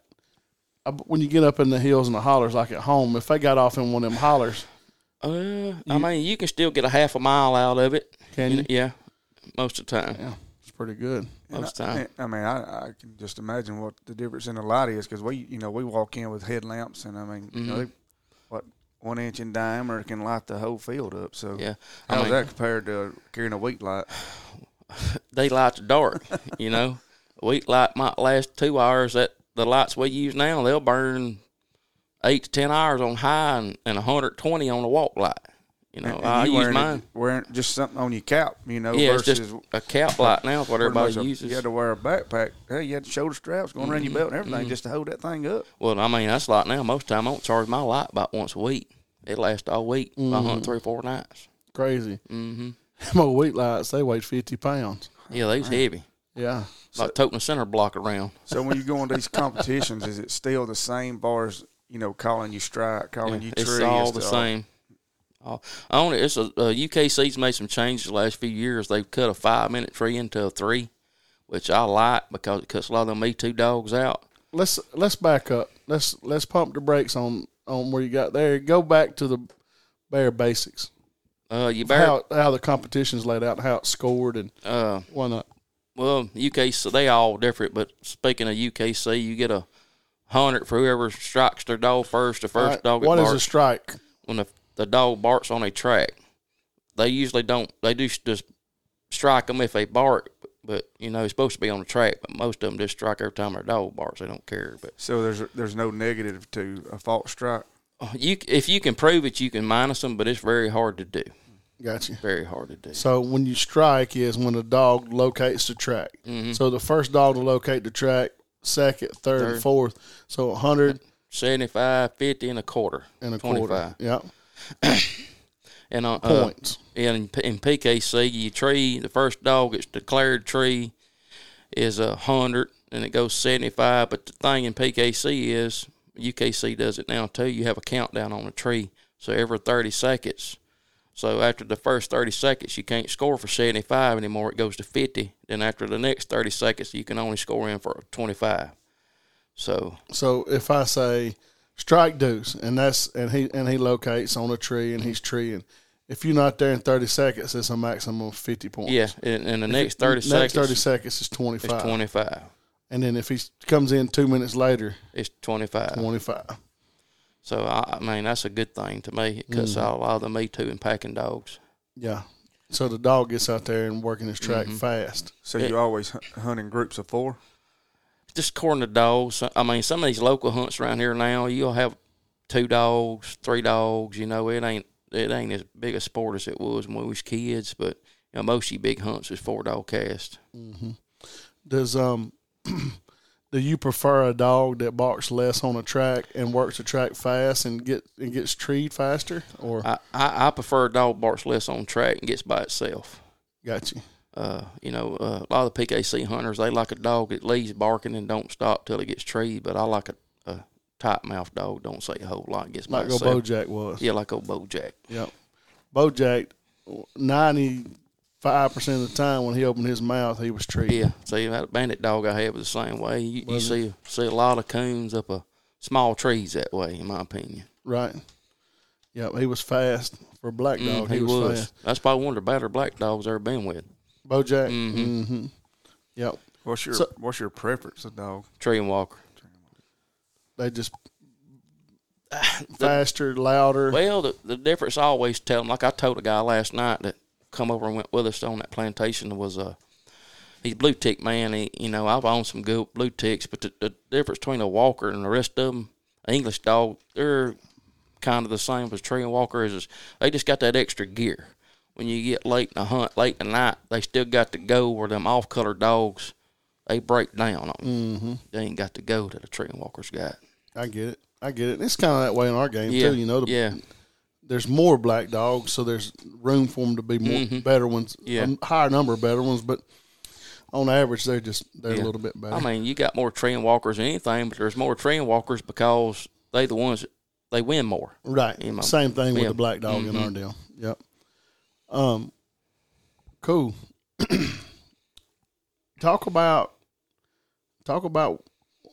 B: Uh, but When you get up in the hills and the hollers, like at home, if they got off in one of them hollers,
C: Uh, I mean, you can still get a half a mile out of it.
B: Can you?
C: Yeah, most of the time.
B: yeah, it's pretty good.
C: Most of the
D: I
C: time.
D: I mean, I, I can just imagine what the difference in the light is because we, you know, we walk in with headlamps, and I mean, you
C: Mm-hmm.
D: know, they, what one inch in diameter can light the whole field up. So
C: Yeah. I
D: how's
C: mean- Oh,
D: that compared to carrying a wheat light?
C: They light the dark, you know. Wheat light might last two hours. That The lights we use now, they'll burn eight to 10 hours on high and, and 120 on the walk light. You know,
D: And
C: I
D: you
C: use
D: wearing it-
C: mine.
D: wearing just something on your cap, you know,
C: Yeah, it's
D: versus
C: just a cap light now, is what
D: pretty much
C: everybody
D: a-
C: uses.
D: You had to wear a backpack. Hey, you had shoulder straps going around your
C: Mm-hmm.
D: belt and everything just to hold that thing up.
C: Well, I mean, that's like now. Most time, I don't charge my light about once a week. It lasts all week. if I
D: Mm.
C: hunt three, four nights.
B: Crazy. Mm-hmm. My wheat lights they weighed fifty pounds.
C: Yeah, they was heavy.
B: Yeah,
C: Like toting a center block around.
D: So when you go on these competitions, is it still the same bar as you know calling you strike, calling you tree?
C: it's all
D: as
C: the
D: to-
C: same. All, only it's a, uh, UKC's made some changes the last few years. They've cut a five minute tree into a three, which I like because it cuts a lot of them Me Too dogs out.
B: let's let's back up. Let's let's pump the brakes on on where you got there. Go back to the bare basics.
C: Uh, you better
B: How how the competition's laid out, how it's scored, and
C: uh,
B: why not?
C: Well, UKC they all different, but speaking of UKC, you get a hundred for whoever strikes their dog first. The first
B: All right,
C: dog that
B: what is a
C: barks
B: strike?
C: when the, the dog barks on a track. They usually don't. They do s- just strike them if they bark, but, you know it's supposed to be on the track. But most of them just strike every time their dog barks. They don't care. But
D: So there's there's no negative to a false strike.
C: uh, you if you can prove it, you can minus them. But it's very hard to do.
B: Got you.
C: Very hard to do.
B: So when you strike is when the dog locates the track.
C: Mm-hmm.
B: So the first dog to locate the track, second, third, and fourth. So a hundred
C: 75, 50, and a quarter.
B: and a quarter. Yeah,
C: And on uh,
B: points.
C: in in PKC, your tree, the first dog that's declared tree is a hundred, and it goes seventy five. But the thing in PKC is UKC does it now too. You have a countdown on the tree, so every thirty seconds. So after the first thirty seconds, you can't score for seventy five anymore. It goes to fifty. Then after the next thirty seconds, you can only score in for twenty five. So
B: So if I say strike deuce, and that's and he and he locates on a tree, and he's treeing. If you're not there in 30 seconds, it's a maximum of 50 points.
C: yeah, and, and the next thirty
B: next
C: seconds
B: 30 seconds is 25.
C: is twenty five.
B: And then if he comes in two minutes later,
C: It's twenty five.
B: 25.
C: So I, I mean, that's a good thing to me. It cuts out a lot of the me too and packing dogs.
B: Yeah. So
C: Mm-hmm.
B: the dog gets out there and working his track fast.
D: So you always hu- hunt in groups of four.
C: just according to dogs, so- I mean, some of these local hunts around here now, you'll have two dogs, three dogs. You know, it ain't it ain't as big a sport as it was when we was kids. But you know, most of you big hunts is four dog cast.
B: Does um, do you prefer a dog that barks less on a track and works a track fast and get and gets treed faster, or
C: I, I, I prefer a dog barks less on track and gets by itself.
B: got you?
C: Uh, you know, uh, a lot of the PKC hunters they like a dog that leaves barking and don't stop till it gets treed. But I like a, a tight mouth dog, don't say a whole lot, gets
B: Like
C: by
B: old
C: itself.
B: BoJack was.
C: Yeah, like old BoJack.
B: Yep. BoJack, ninety five percent of the time when he opened his mouth, he was treed.
C: Yeah, see that bandit dog I had was the same way. You, you see see a lot of coons up a small trees that way, in my opinion.
B: Right. Yep. He was fast for a black dog.
C: Mm, he, was.
B: fast.
C: That's probably one of the better black dogs I've ever been with.
B: BoJack. Mm-hmm. Yep.
D: What's your
B: So-
D: What's your preference of dog?
C: Tree and Walker.
B: They just faster, louder.
C: Well, the, the difference I always tell them, like I told a guy last night that come over and went with us on that plantation was uh, he's a blue tick man. He, you know, I've owned some good blue ticks, but the, the difference between a Walker and the rest of them, an English dog, they're kind of the same as Tree and Walker is, is they just got that extra gear. When you get late in the hunt, late in the night, they still got to go where them off color dogs, they break down on them. Mm-hmm. They ain't got to go that a Tree and Walker's got.
B: I get it. I get it. It's kind of that way in our game
C: Yeah,
B: too. You know, the,
C: yeah.
B: There's more black dogs, so there's room for them to be more better ones.
C: Mm-hmm. Yeah.
B: a higher number of better ones, but on average, they're just they're a
C: Yeah.
B: little bit better.
C: I mean, you got more trend walkers than anything, but there's more trend walkers because they the ones that they win more.
B: Right.
C: You know,
B: Same thing with
C: yeah.
B: the black dog in
C: Mm-hmm.
B: our deal. Yep. Um, cool. talk about, talk about.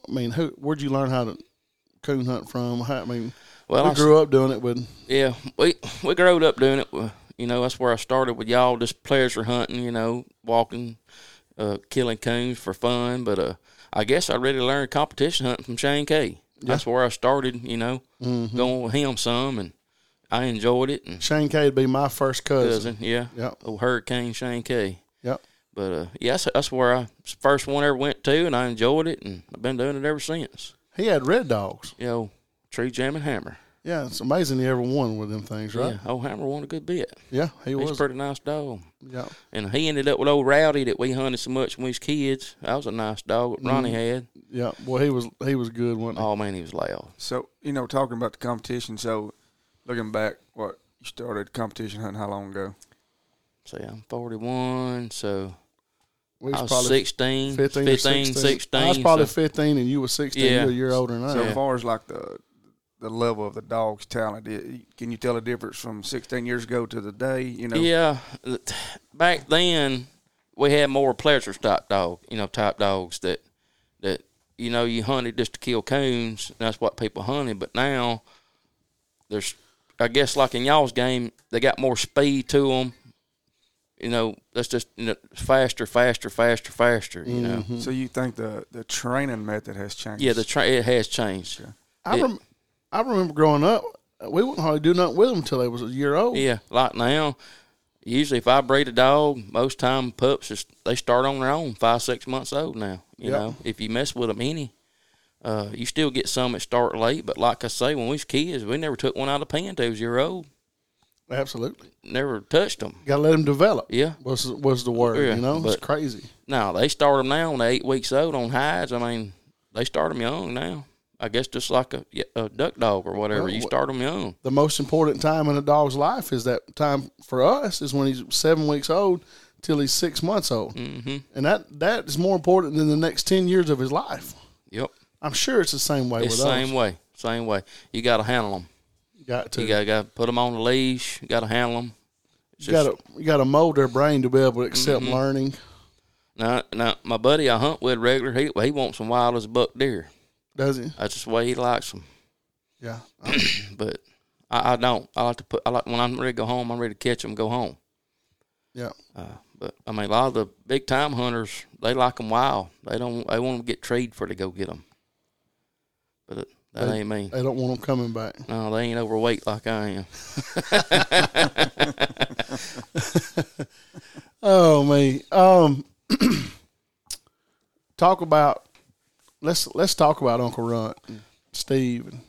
B: I mean, who? Where'd you learn how to coon hunt from? How, I mean,
C: Well,
B: we
C: I s-
B: grew up doing it with.
C: yeah, we we growed up doing it. uh, You know, that's where I started with y'all, just pleasure hunting. You know, walking, uh, killing coons for fun. But uh, I guess I really learned competition hunting from Shane K. That's where I started. You know,
B: Mm-hmm.
C: going with him some, and I enjoyed it. And
B: Shane K would be my first cousin.
C: cousin, yeah,
B: Yep.
C: old Hurricane Shane K.
B: Yep.
C: But uh, yeah, that's, that's where I first one I ever went to, and I enjoyed it, and I've been doing it ever since.
B: He had red dogs.
C: You know, tree jam and hammer.
B: Yeah, it's amazing he ever won with them things, right?
C: Yeah, old hammer won a good bit.
B: Yeah, he
C: He's a
B: was.
C: pretty nice dog,
B: yeah.
C: and he ended up with old Rowdy that we hunted so much when we was kids. That was a nice dog that Ronnie
B: Mm-hmm.
C: had.
B: Yeah. Well, he was he was good one.
C: Oh man, he was loud.
D: So you know, talking about the competition. So looking back, what you started competition hunting? How long ago?
C: See, I'm 41, so
B: We
C: I was 16,
B: 15
C: 15,
B: or
C: 16.
B: 16. I was probably
C: so,
B: 15 and you were 16.
C: Yeah.
B: You were a year older than I
D: So
B: am.
D: as far as like the the level of the dog's talent, i- can you tell a difference from 16 years ago to today? You know,
C: yeah. th- Back then, we had more pleasure type dog, you know, type dogs that that you know you hunted just to kill coons. And that's what people hunted. But now there's, I guess, like in y'all's game, they got more speed to them. You know, that's just you know, faster, faster, faster, faster. You know,
D: So you think the the training method has changed?
C: yeah, the tra- it has changed.
B: I,
C: It-
B: rem- I remember growing up, we wouldn't hardly do nothing with them until they was a year old.
C: Yeah, like now, usually if I breed a dog, most time pups is they start on their own, five six months old now. You
B: Yep.
C: know, if you mess with them any, uh, you still get some that start late. But like I say, when we was kids, we never took one out of the pen till he was a year old.
B: Absolutely.
C: Never touched them.
B: Got to let them develop.
C: Yeah.
B: Was, was the word,
C: Yeah,
B: you know? It's
C: but-
B: crazy.
C: Now they start them now when they eight weeks old on hides. I mean, they start them young now. I guess just like a, a duck dog or whatever,
B: Oh, Well,
C: you
B: wh-
C: start them young.
B: The most important time in a dog's life is that time for us is when he's seven weeks old till he's six months old. Mm-hmm. And that, that is more important than the next 10 years of his life.
C: Yep,
B: I'm sure it's the same way
C: it's
B: with
C: same
B: us.
C: way, same way. You got to handle them.
B: Got to.
C: You got to put them on the leash. You got to handle them.
B: You got to you got to mold their brain to be able to accept
C: Mm-hmm.
B: learning.
C: Now, now, my buddy I hunt with regular, he he wants them wild as a buck deer.
B: Does he?
C: That's just the way he likes them.
B: Yeah. Uh,
C: But I, I don't. I like to put. I like when I'm ready to go home. I'm ready to catch them. Go home.
B: Yeah.
C: Uh, but I mean, a lot of the big time hunters, they like them wild. They don't. They want to get treed for to go get them. But it, that ain't me.
B: They don't want them coming back.
C: No, they ain't overweight like I am.
B: Oh me. Um, talk about let's let's talk about Uncle Runt and Steve and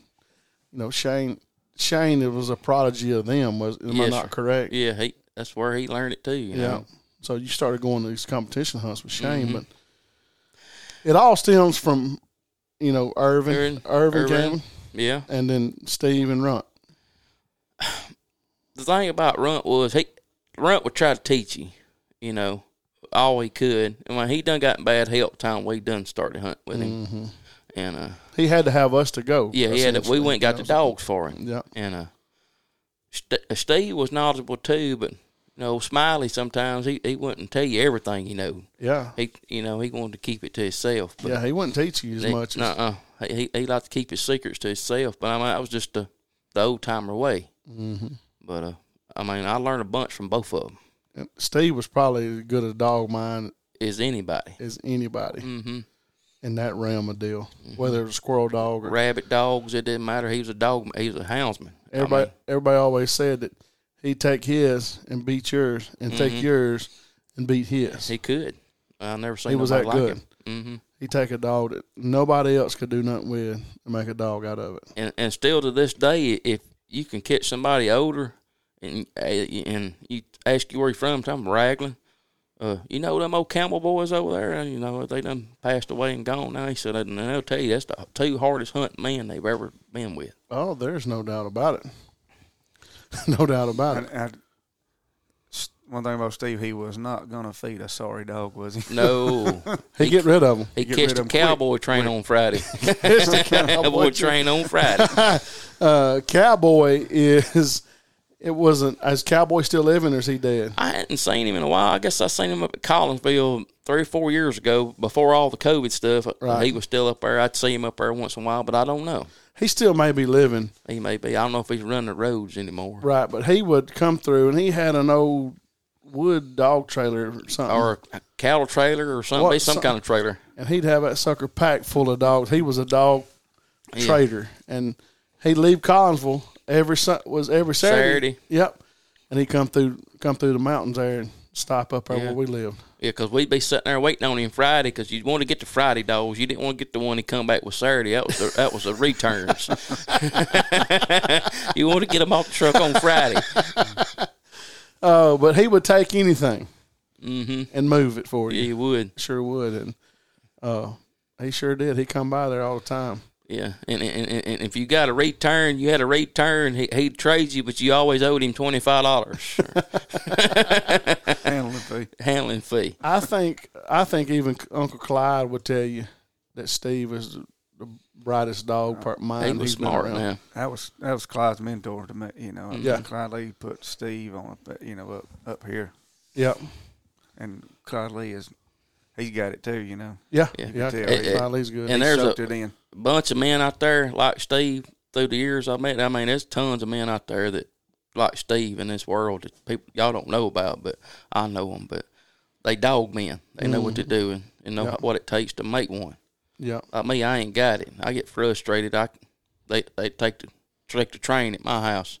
B: you know Shane. Shane it was a prodigy of them. Was am I
C: Yes,
B: not
C: sir.
B: correct?
C: Yeah, he that's where he learned it too. You
B: Yeah.
C: know?
B: So you started going to these competition hunts with Shane,
C: Mm-hmm.
B: but it all stems from you know Irvin, Irvin, Irvin,
C: Irvin- Irvin.
B: Gammon,
C: yeah.
B: and then Steve and Runt.
C: The thing about Runt was he Runt would try to teach you, you know, all he could. And when he done got bad help time, we done started hunting with him. And uh,
B: Mm-hmm. He had to have us to go.
C: Mm-hmm. yeah, he had it. we
B: essentially.
C: went and got
B: That
C: the
B: was-
C: dogs for him.
B: Yeah.
C: And uh, St- uh, Steve was knowledgeable too, but you know, Smiley sometimes he he wouldn't tell you everything he knew.
B: Yeah.
C: He you know he wanted to keep it to himself. But
B: yeah, he wouldn't teach you as much.
C: No,
B: as
C: uh, he he- he liked to keep his secrets to himself. But I mean, that was just the the old timer way. Mm-hmm. But uh, I mean, I learned a bunch from both of them.
B: Steve was probably as good a dog mind
C: Is anybody
B: as anybody
C: Mm-hmm.
B: in that realm of deal, whether it was squirrel dog or
C: rabbit dogs? It didn't matter. He was a dog. He was a houndsman. I
B: everybody.
C: mean,
B: everybody always said that he'd take his and beat yours, and take yours and beat his.
C: Mm-hmm. he could. I never seen
B: He was
C: nobody
B: that
C: like
B: good.
C: him. Mm-hmm.
B: He'd take a dog that nobody else could do nothing with and make a dog out of it.
C: and and still to this day, if you can catch somebody older and uh, and you ask you where you from, I'm Raglan. Uh, you know them old Campbell boys over there. You know they done passed away and gone now. He said, and they'll tell you that's the two hardest hunting men they've ever been with.
B: Oh, there's no doubt about it. no doubt about
D: And,
B: it.
D: and s- one thing about Steve, he was not gonna feed a sorry dog, was he?
C: No,
B: He get rid of them.
C: he
D: get rid
C: catched
D: of
C: a
D: 'em quick.
C: cowboy train on Friday. cowboy train on Friday.
B: Uh, Cowboy is. It wasn't. Is Cowboy still living or is he dead?
C: I hadn't seen him in a while. I guess I seen him up at Collinsville three or four years ago before all the COVID stuff.
B: Right.
C: He was still up there. I'd see him up there once in a while, but I don't know.
B: He still may be living.
C: He may be. I don't know if he's running the roads anymore.
B: Right, but he would come through and he had an old wood dog trailer or something.
C: Or a cattle trailer or something.
B: What-
C: Be some, kind of trailer.
B: and he'd have that sucker packed full of dogs. He was a dog
C: Yeah.
B: trader. And he'd leave Collinsville every Sun- was every Saturday.
C: Saturday.
B: Yep. And he'd come through come through the mountains there and stop up there
C: Yeah.
B: where we lived.
C: Yeah, because we'd be sitting there waiting on him Friday because you want to get the Friday dogs. You didn't want to get the one he come back with Saturday. That was the, that was the returns. you want to get him off the truck on Friday.
B: Oh, but he would take anything and move it for
C: Mm-hmm. Yeah,
B: you.
C: you would.
B: Sure would. And uh, he sure did. He come by there all the time.
C: Yeah, and, and, and, and if you got a return, you had a return. He, he'd trade you, but you always owed him twenty five dollars
D: Handling fee.
C: handling fee.
B: I think I think even Uncle Clyde would tell you that Steve is the, the brightest dog part mind.
C: He was
B: he's been
C: smart
B: around.
C: now.
D: That was that was Clyde's mentor to me, you know. and
B: Yeah.
D: Clyde Lee put Steve on, up, you know, up up here,
B: Yep.
D: and Clyde Lee is he's got it too, you know.
B: Yeah.
C: Yeah.
B: Yeah.
D: Tell
B: Uncle
D: you.
B: Clyde Lee's good.
C: And
D: He
C: there's
D: soaked
C: a
D: it in.
C: bunch of men out there like Steve through the years I met. I mean, there's tons of men out there that like Steve in this world that people y'all don't know about, but I know them. But they dog men. They know
B: Mm-hmm.
C: what to do and, and know what it takes to make one.
B: yeah.
C: Like me, I ain't got it. I get frustrated. I they they take the take the train at my house.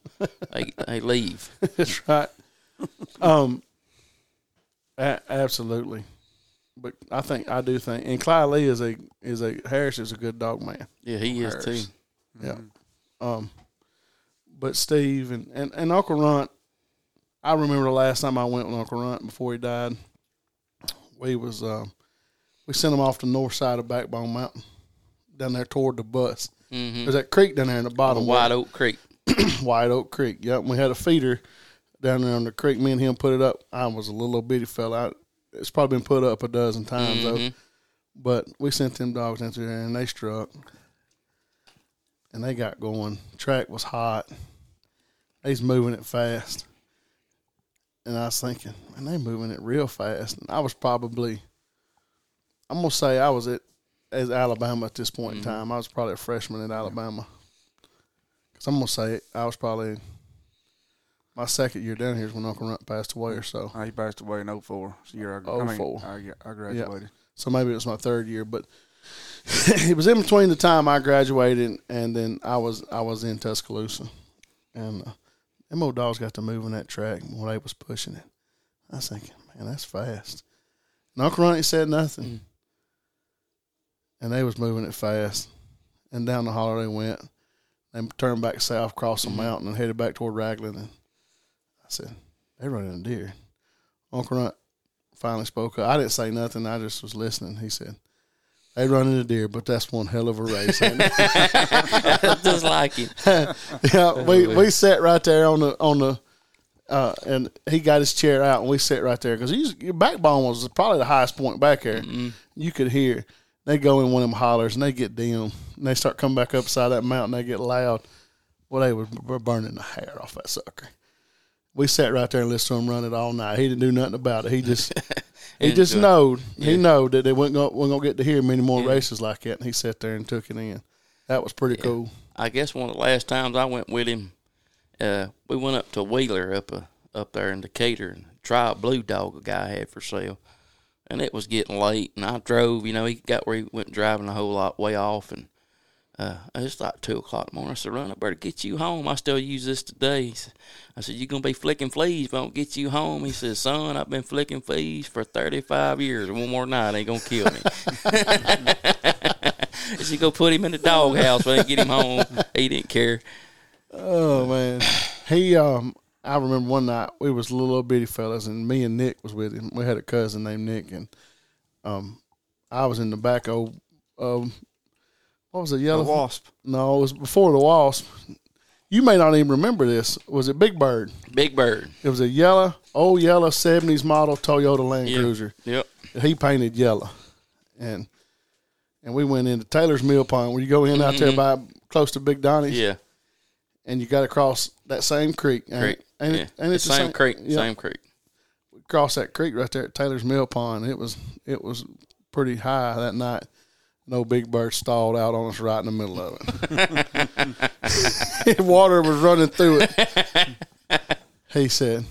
C: they they leave.
B: That's right. Um, a- absolutely. But I think I do think, and Clyde Lee is a is a Harris is a good dog man.
C: Yeah, he is too.
B: Yeah. Um, but Steve and, and, and Uncle Runt, I remember the last time I went with Uncle Runt before he died. We was um, we sent him off the north side of Backbone Mountain, down there toward the bus. There's that creek down there in the bottom,
C: Wide Oak Creek.
B: White Oak Creek. Yep, and we had a feeder down there on the creek. Me and him put it up. I was a little bitty fella. I, it's probably been put up a dozen times though. But we sent them dogs into there and they struck, and they got going. Track was hot. They's moving it fast, and I was thinking, man, they moving it real fast. And I was probably, I'm gonna say I was at as Alabama at this point in time. I was probably a freshman at Alabama. Cause I'm gonna say it, I was probably my second year down here is when Uncle Runt passed away or so.
D: He passed away in 04. It's the year I, gra-
C: Oh
D: I, mean,
B: 04.
D: I, gra- I
B: Yeah.
D: graduated.
B: So maybe it was my third year, but it was in between the time I graduated and then I was I was in Tuscaloosa, and uh, them old dogs got to moving that track when they was pushing it. I was thinking, man, that's fast. And Uncle Ronnie said nothing. and they was moving it fast. And down the holler they went. They turned back south, crossed the mountain, and headed back toward Raglan. And I said, "They running a deer." Uncle Runt finally spoke up. I didn't say nothing. I just was listening. He said, "They running a deer, but that's one hell of a race." ain't it?"
C: Just like it.
B: yeah, we we sat right there on the on the. Uh, and he got his chair out, and we sat right there because your backbone was probably the highest point back there. You could hear. They go in one of them hollers, and they get dim, and they start coming back up side that mountain. They get loud. Well, they were b- burning the hair off that sucker. We sat right there and listened to him run it all night. He didn't do nothing about it. He just he just
C: Enjoy.
B: knowed he knowed that they wasn't gonna, wasn't gonna get to hear many more races like that. And he sat there and took it in. That was pretty cool.
C: I guess one of the last times I went with him, uh, we went up to Wheeler up uh, up there in Decatur and tried a blue dog a guy had for sale, and it was getting late. And I drove, you know, he got where he went driving a whole lot way off, and uh, it's like two o'clock in the morning. I said, "Run, I better get you home." I still use this today. He said- I said, "You gonna be flicking fleas if I don't get you home?" He said, "Son, I've been flicking fleas for thirty five years. One more night ain't gonna kill me." Is he gonna put him in the doghouse when they get him home? He didn't care.
B: Oh man, he um. I remember one night we was little bitty fellas, and me and Nick was with him. We had a cousin named Nick, and um, I was in the back of um, what was it?
D: The
B: Yellow?
D: wasp.
B: no, it was before the wasp. You may not even remember this. Was it Big Bird?
C: Big Bird.
B: It was a yellow, old yellow '70s model Toyota Land
C: Yeah.
B: Cruiser.
C: Yep.
B: He painted yellow, and and we went into Taylor's Mill Pond, where you go in out there by
D: Mm-hmm.
B: close to Big Donnie's
C: Yeah.
B: and you got to cross that same creek. Ain't
C: Creek.
B: It, ain't
C: yeah.
B: it, ain't it
C: It's
B: the
C: same, creek.
B: yeah,
C: Same creek.
B: Cross that creek right there at Taylor's Mill Pond. It was it was pretty high that night. No big bird stalled out on us right in the middle of it. Water was running through it. He said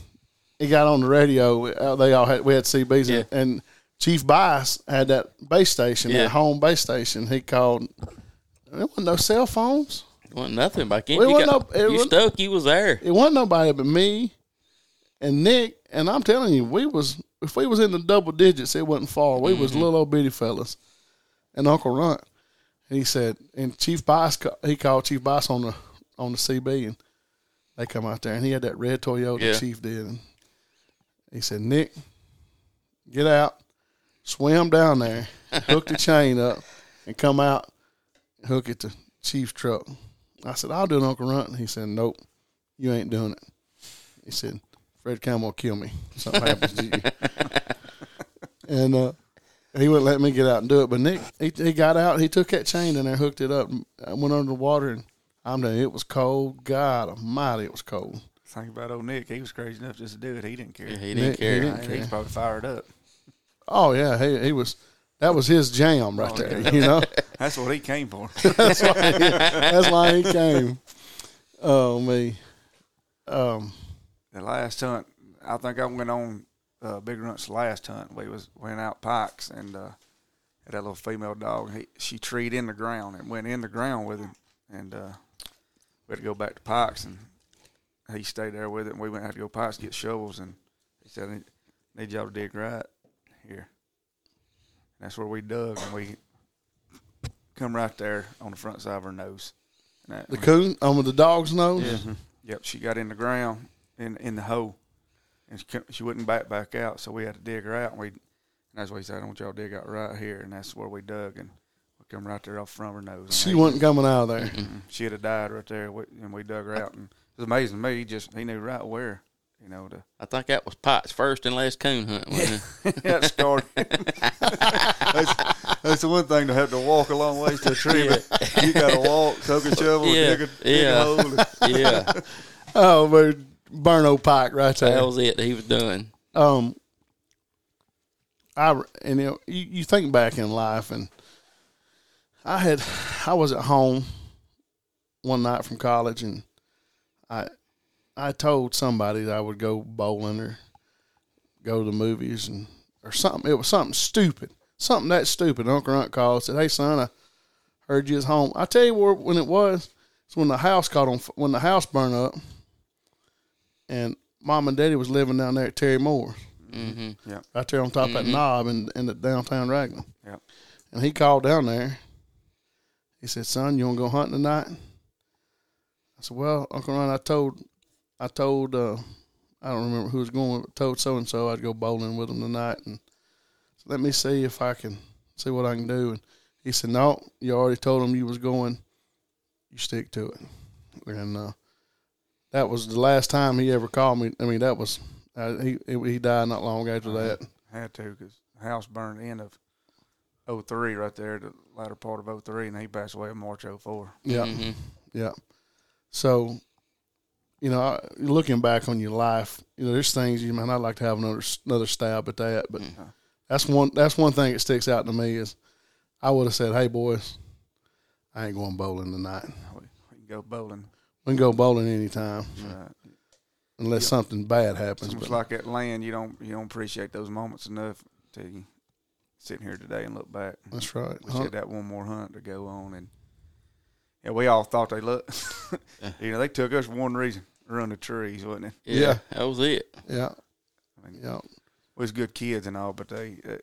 B: he got on the radio. uh, They all had we had CBs
C: Yeah.
B: and, and Chief Bice had that base station,
C: Yeah.
B: that home base station. He called. There wasn't no cell phones.
C: Wasn't nothing back in.
B: Well, it
C: you
B: wasn't
C: got-
B: no- it
C: you
B: wasn't-
C: stuck. You was there.
B: it wasn't nobody but me and Nick. And I'm telling you, we was if we was in the double digits, it wasn't far. We was little old bitty fellas. And Uncle Runt, he said, and Chief Bice, ca- he called Chief Bice on the on the CB, and they come out there, and he had that red Toyota
C: Yeah.
B: Chief did, and he said, Nick, get out, swim down there, hook the chain up, and come out, hook it to Chief's truck. I said, I'll do it, Uncle Runt. And he said, Nope, you ain't doing it. He said, Fred Campbell will kill me. if Something happens to you. And uh, he wouldn't let me get out and do it. But Nick, he, he got out, he took that chain in there, hooked it up, and I went under the water. And I'm there. It was cold. God almighty, it was cold.
D: Think about old Nick. He was crazy enough just to do it. He didn't care.
C: Yeah, he didn't
B: Nick,
C: care.
B: he
D: I
B: didn't
D: think
B: care.
D: He's probably fired up.
B: Oh, yeah. He, he was, that was his jam right there, you know?
D: That's what he came for.
B: That's why he came. Oh, me. Um,
D: the last hunt, I think I went on uh, Big Runt's last hunt. We was went out pikes and uh, had that little female dog. He, she treed in the ground and went in the ground with him, and uh, we had to go back to pikes and he stayed there with it. And we went out to go pikes get shovels, and he said, "I need, need y'all to dig right here." And that's where we dug, and we come right there on the front side of her nose. And that-
B: the coon, um, with the dog's nose.
D: Mm-hmm. Yep, she got in the ground in in the hole, and she couldn't, she wouldn't back back out. So we had to dig her out, and we and that's why he said, "I want y'all to dig out right here," and that's where we dug, and we come right there off from her nose.
B: She
D: And
B: wasn't coming out of there.
D: she'd have died right there, we, and we dug her out, and it was amazing to me. He just he knew right where, you know, to
C: I think that was Pike's first and last coon hunt. Wasn't it?
D: that scarred. that's, that's the one thing to have to walk a long ways to a tree, but you got to walk, soak a shovel,
C: Yeah,
D: dig a,
C: yeah.
D: dig a hole.
C: yeah.
B: Oh, but Burno Pike right
C: That
B: there.
C: was it. He was done.
B: Um, I and you, know, you you think back in life, and I had I was at home one night from college, and I I told somebody that I would go bowling or go to the movies and or something. It was something stupid, something that stupid. Uncle Runt called said, "Hey son, I heard you was home." I tell you where when it was. It's when the house caught on f- when the house burned up, and mom and daddy was living down there at Terry Moore,
D: Yep,
B: right there on top of that knob in in the downtown Raglan.
D: yep.
B: And he called down there. He said, "Son, you want to go hunting tonight?" I said, "Well, Uncle Ron, I told, I told, uh, I don't remember who was going, with, but told so and so I'd go bowling with him tonight, and so let me see if I can see what I can do." And he said, "No, you already told him you was going. You stick to it." And uh, that was the last time he ever called me. I mean, that was uh, he he died not long after that.
D: Had to because the house burned end of 03 right there, the latter part of 03, and he passed away in March 04.
B: Yeah.
C: Mm-hmm.
D: Mm-hmm.
B: Yeah. So, you know, I- looking back on your life, you know, there's things you might not like to have another another stab at that, but
D: Mm-hmm.
B: that's one that's one thing that sticks out to me is I would have said, "Hey boys, I ain't going bowling tonight.
D: We, we can go bowling.
B: We can go bowling anytime
D: Right.
B: unless something bad happens."
D: It's
B: But,
D: much like that land. You don't you don't appreciate those moments enough to you sitting here today and look back.
B: that's right.
D: We
B: Huh?
D: had that one more hunt to go on, and yeah, we all thought they looked. you know, they took us for one reason: run the trees, wasn't it?
C: Yeah,
B: Yeah.
C: that was it.
B: Yeah.
D: I mean,
B: Yeah.
D: we was good kids and all, but they uh,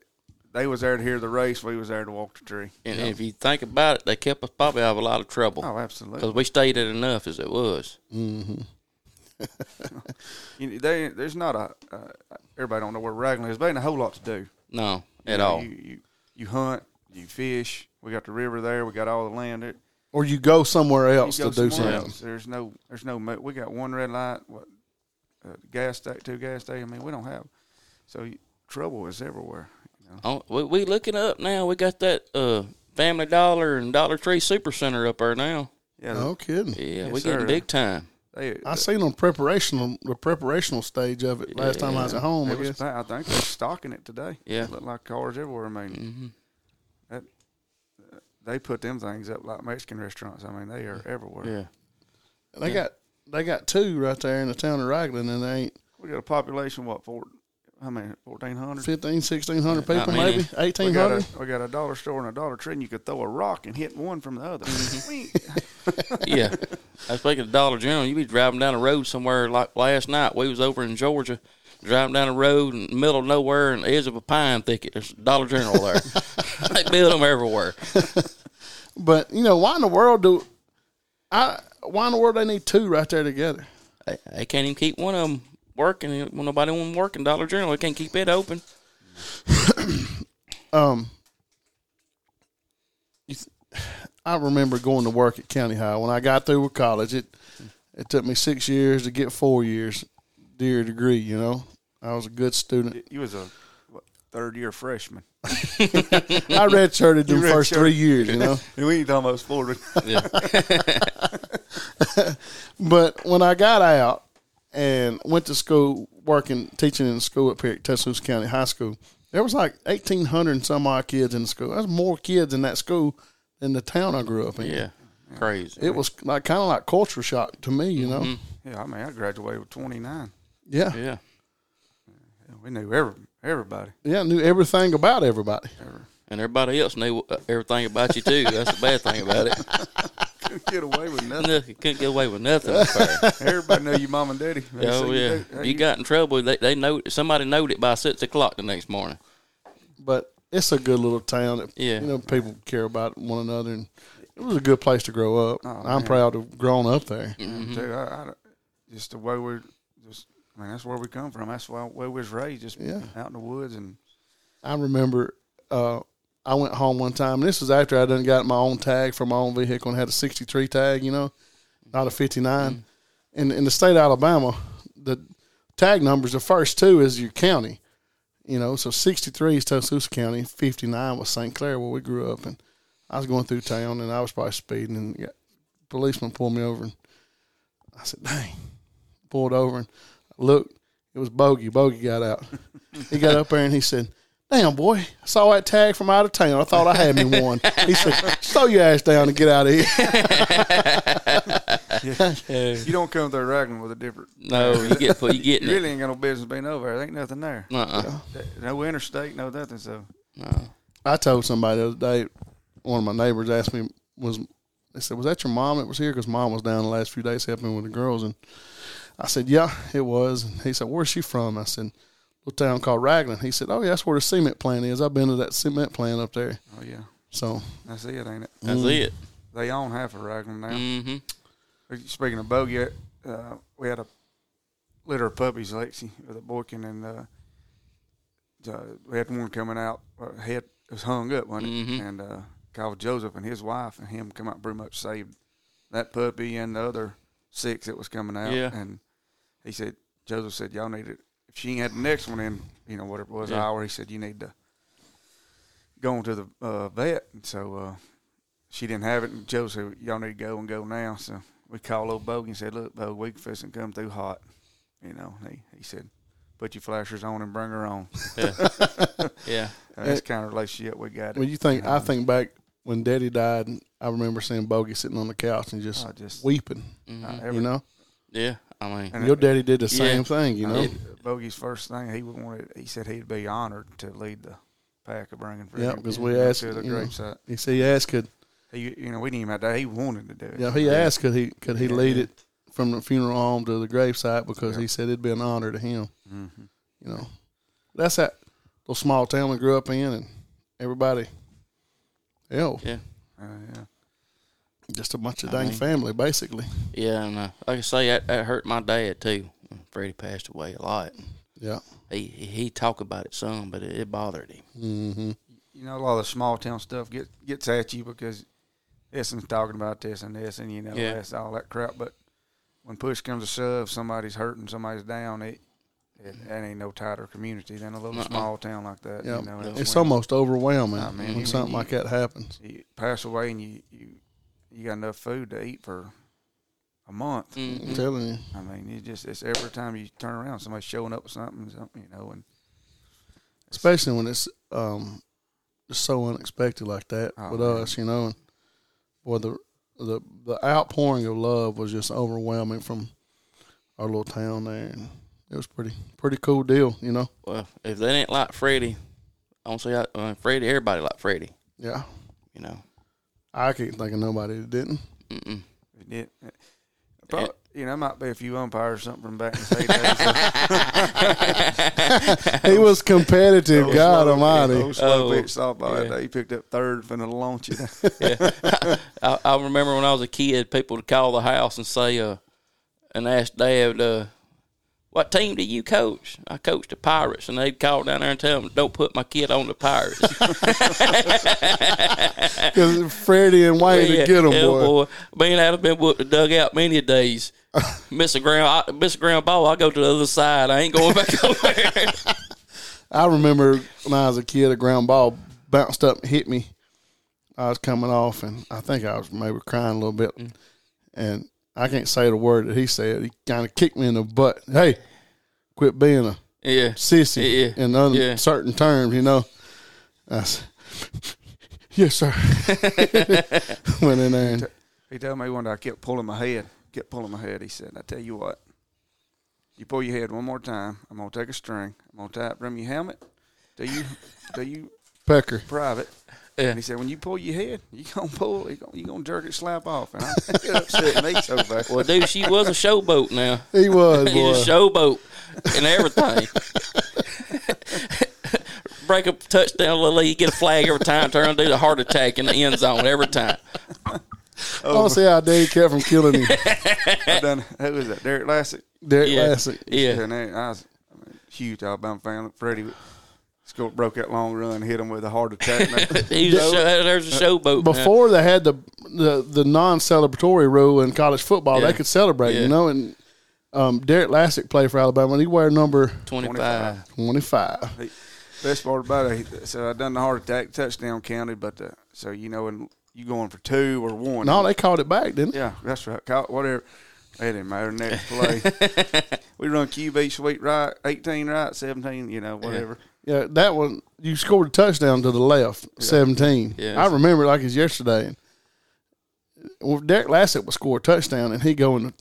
D: they was there to hear the race. We was there to walk the tree.
C: And if you think about it, they kept us probably out of a lot of trouble
D: Oh, absolutely.
C: because we stayed at enough as it was.
B: Mm-hmm.
D: You know, they, there's not a uh, everybody don't know where Raglan is. There ain't a whole lot to do
C: No,
D: You
C: at
D: know,
C: all.
D: You, you you hunt, you fish. We got the river there. We got all the land. It,
B: Or you go somewhere
D: you
B: else
D: go
B: to do
D: somewhere
B: something.
D: else. There's no, there's no. mo- We got one red light. What uh, gas station? Two gas stations. I mean, we don't have. So you, trouble is everywhere. You know?
C: Oh, we, we looking up now. We got that uh, Family Dollar and Dollar Tree Super Center up there now.
D: Yeah,
B: No kidding.
C: Yeah,
D: Yes,
C: we getting
D: sir.
C: big time.
D: they.
B: Oh, I seen on preparational the preparational stage of it last time I was at home.
D: they
B: I
D: was,
B: guess.
D: pa- I think they're stocking it today.
C: Yeah. Mm-hmm.
D: it looked like cars everywhere. I mean, that they put them things up like Mexican restaurants. I mean, they are everywhere.
C: Yeah,
B: They got they got two right there in the town of Raglan, and they ain't
D: We got a population what four? How many? Fourteen hundred.
B: 15, 1600
C: Not
B: people,
C: many.
B: maybe
D: We got,
B: 1800.
D: a, we got a dollar store and a dollar tree, and you could throw a rock and hit one from the other. We-
C: yeah. I was speaking of Dollar General, you be driving down the road somewhere like last night. We was over in Georgia, driving down the road in the middle of nowhere in the edge of a pine thicket. There's a Dollar General there. they build them everywhere.
B: But you know, why in the world do I? Why in the world they need two right there together?
C: They, they can't even keep one of them working. When nobody want 'em working, Dollar General, they can't keep it open.
B: Um, you th- I remember going to work at County High when I got through with college. It it took me six years to get four years dear degree. You know, I was a good student.
D: you was a what, third year freshman.
B: I redshirted them
D: You
B: first
D: redshirted.
B: three years. You know.
D: And we ain't almost forward.
B: But when I got out and went to school, working, teaching in school up here at Tuscaloosa County High School, there was like eighteen hundred and some odd kids in the school. There's more kids in that school than the town I grew up in.
C: Yeah, crazy.
B: It was like kind of like culture shock to me, you know.
D: yeah, I mean, I graduated with twenty nine.
B: Yeah. yeah,
C: Mm-hmm. yeah.
D: We knew every, everybody.
B: I knew everything about everybody.
C: And everybody else knew uh, everything about you too. That's the bad thing about it.
D: Couldn't get away with nothing.
C: Nothing- Couldn't get away with nothing. up there.
D: Everybody knew your mom and daddy. They
C: oh
D: said you
C: yeah,
D: do- hey,
C: you got in trouble. They they know somebody knowed it by six o'clock the next morning.
B: But it's a good little town that
C: Yeah.
B: you know people care about one another, and it was a good place to grow up.
C: Oh,
B: I'm proud to have grown up there.
C: Mm-hmm.
D: too. I, I, just the way we're just. I mean, that's where we come from. That's why where we was raised, just
B: Yeah.
D: out in the woods and
B: I remember uh, I went home one time. And this was after I done got my own tag for my own vehicle and had a 63 tag, you know, not a 59. In, in the state of Alabama, the tag numbers, the first two is your county, you know, so 63 is Tuscaloosa County, 59 was St. Clair, where we grew up. And I was going through town and I was probably speeding and got, policeman pulled me over and I said, dang, pulled over and looked. It was Bogey. Bogey got out. He got up there and he said, Damn, boy, I saw that tag from out of town. I thought I had me one. He said, Slow your ass down and get out of here.
D: you don't come through Raglan with a different.
C: No, you get you get
D: You really ain't got no business being over there. There ain't nothing there.
C: Uh-uh.
D: No interstate, no nothing. So
B: I told somebody the other day, one of my neighbors asked me, was they said, Was that your mom that was here? Because mom was down the last few days helping with the girls. And I said, Yeah, it was. And he said, Where's she from? I said, Little town called Raglan. He said, Oh, yeah, that's where the cement plant is. I've been to that cement plant up there.
D: Oh yeah,
B: So
D: That's it, ain't it?
C: That's it.
D: They own half of Raglan now.
C: Mm-hmm.
D: Speaking of bogey, uh, we had a litter of puppies, Lexi, with a Boykin, and uh, uh, we had one coming out. Uh, head it was hung up, wasn't it?
C: Mm-hmm.
D: And uh, called Joseph and his wife and him come out pretty much saved that puppy and the other six that was coming out.
C: Yeah.
D: And he said, Joseph said, y'all need it. If she ain't had the next one in, you know, whatever it was,
C: Yeah.
D: hour, he said, you need to go on to the uh, vet. And so uh, she didn't have it. And Joe said, y'all need to go and go now. So we called old Bogey and said, look, Bogey, we can fix and come through hot. You know, and he, he said, put your flashers on and bring her on.
C: Yeah.
D: And that's kind of relationship we got.
B: when you think, I think back when Daddy died, I remember seeing Bogey sitting on the couch and just,
D: I Oh, just-
B: weeping. You know,
C: Yeah. I mean,
D: Uh, And
B: your daddy did the same
C: Yeah.
B: thing. You know,
D: Bogey's first thing he wanted, he said he'd be honored to lead the pack of bringing
B: yeah,
D: freedom
B: because we
D: up
B: asked.
D: to the
B: you know,
D: grapes. Know.
B: He said, he asked, could
D: He, you know, we didn't even have that. He wanted to do it.
B: yeah, he asked, could he could he lead it from the funeral home to the gravesite because he said it'd be an honor to him.
D: Mm-hmm.
B: You know, that's that little small town we grew up in, and everybody, hell,
C: yeah.
D: Uh, yeah.
B: just a bunch of dang family basically.
C: Yeah. And uh, like I say, that, that hurt my dad too. Freddie passed away a lot.
B: Yeah,
C: He he, he talked about it some, but it, it bothered him.
B: Mm-hmm.
D: You know, a lot of the small town stuff get, gets at you because this one's talking about this and this and, you know,
C: Yeah.
D: that's all that crap. But when push comes to shove, somebody's hurting, somebody's down, it, it that ain't no tighter community than a little small town like that.
B: yeah,
D: You know, that's
B: it's
D: when-
B: almost overwhelming
D: I mean,
B: when
D: you-
B: something
D: you-
B: like that happens.
D: you pass away and you you, you got enough food to eat for a month.
B: I'm telling you,
D: I mean, you just it's every time you turn around, somebody's showing up with something, something you know, and
B: especially when it's um just so unexpected like that
D: Oh,
B: with
D: man.
B: us, you know. And boy, the the the outpouring of love was just overwhelming from our little town there, and it was pretty pretty cool deal, you know.
C: Well, if they ain't like Freddie, I don't see how, uh, Freddie, everybody like Freddie,
B: Yeah,
C: you know.
B: I can't think of nobody that didn't.
D: it, did- it, prob- you know, it might be a few umpires or something from back in the day. so-
B: He was competitive, God
D: Oh, slow-
B: Almighty.
D: old slow
C: Oh,
D: pitch softball that
C: yeah.
D: day. He picked up third from the launch. It.
C: I, I remember when I was a kid, people would call the house and say, uh, and ask Dad, uh, what team do you coach? I coach the Pirates. And they'd call down there and tell them, don't put my kid on the Pirates.
B: Because Freddie and Wayne to get him,
C: yeah,
B: boy.
C: Me and Adam been whooped the dugout many days. miss a ground, I, miss a ground ball, I go to the other side. I ain't going back over there.
B: I remember when I was a kid, a ground ball bounced up and hit me. I was coming off, and I think I was maybe crying a little bit.
C: Mm.
B: And I can't say the word that he said. He kind of kicked me in the butt. Hey, quit being a
C: Yeah,
B: sissy
C: Yeah.
B: in
C: Yeah.
B: uncertain terms, you know. I said, yes, sir. Went in there. And,
D: He told me one day I kept pulling my head, kept pulling my head. He said, "I tell you what, you pull your head one more time. I'm gonna take a string. I'm gonna tie it from your helmet. Do you, do you
B: Pecker.
D: private.
C: Yeah.
D: And he said, when you pull your head, you gonna pull, you gonna, you gonna jerk it slap off. And I it upset me so bad.
C: Well, dude, she was a showboat now.
B: He was,
C: He's a
B: boy.
C: showboat and everything. Break a touchdown, Lily, you get a flag every time. Turn and do the heart attack in the end zone every time.
B: I don't see how Dave kept from killing him.
D: I done. Who was that? Derek Lassick.
B: Derek
C: Yeah,
B: Lassick.
C: yeah,
D: And then I was I mean, huge Alabama fan. Freddie scored, broke that long run, hit him with a heart attack.
C: he was a show, there's a showboat now.
B: uh, before they had the the, the non celebratory rule in college football, they
C: Yeah.
B: could celebrate,
C: Yeah.
B: you know. And um, Derek Lassick played for Alabama, and he wore number
C: 25.
B: twenty five.
D: He- Best part about it, he- so I done the heart attack touchdown counted, but uh so you know, and you going for two or one?
B: No, they called it back, didn't they?
D: Yeah, that's right. Call it whatever. It didn't matter. Next play, we run QB sweep right, eighteen right, seventeen. You know, whatever.
B: Yeah, that one you scored a touchdown to the left, seventeen.
C: Yeah.
B: I remember it like it's yesterday. Well, Derek Lassick would score a touchdown, and he go in,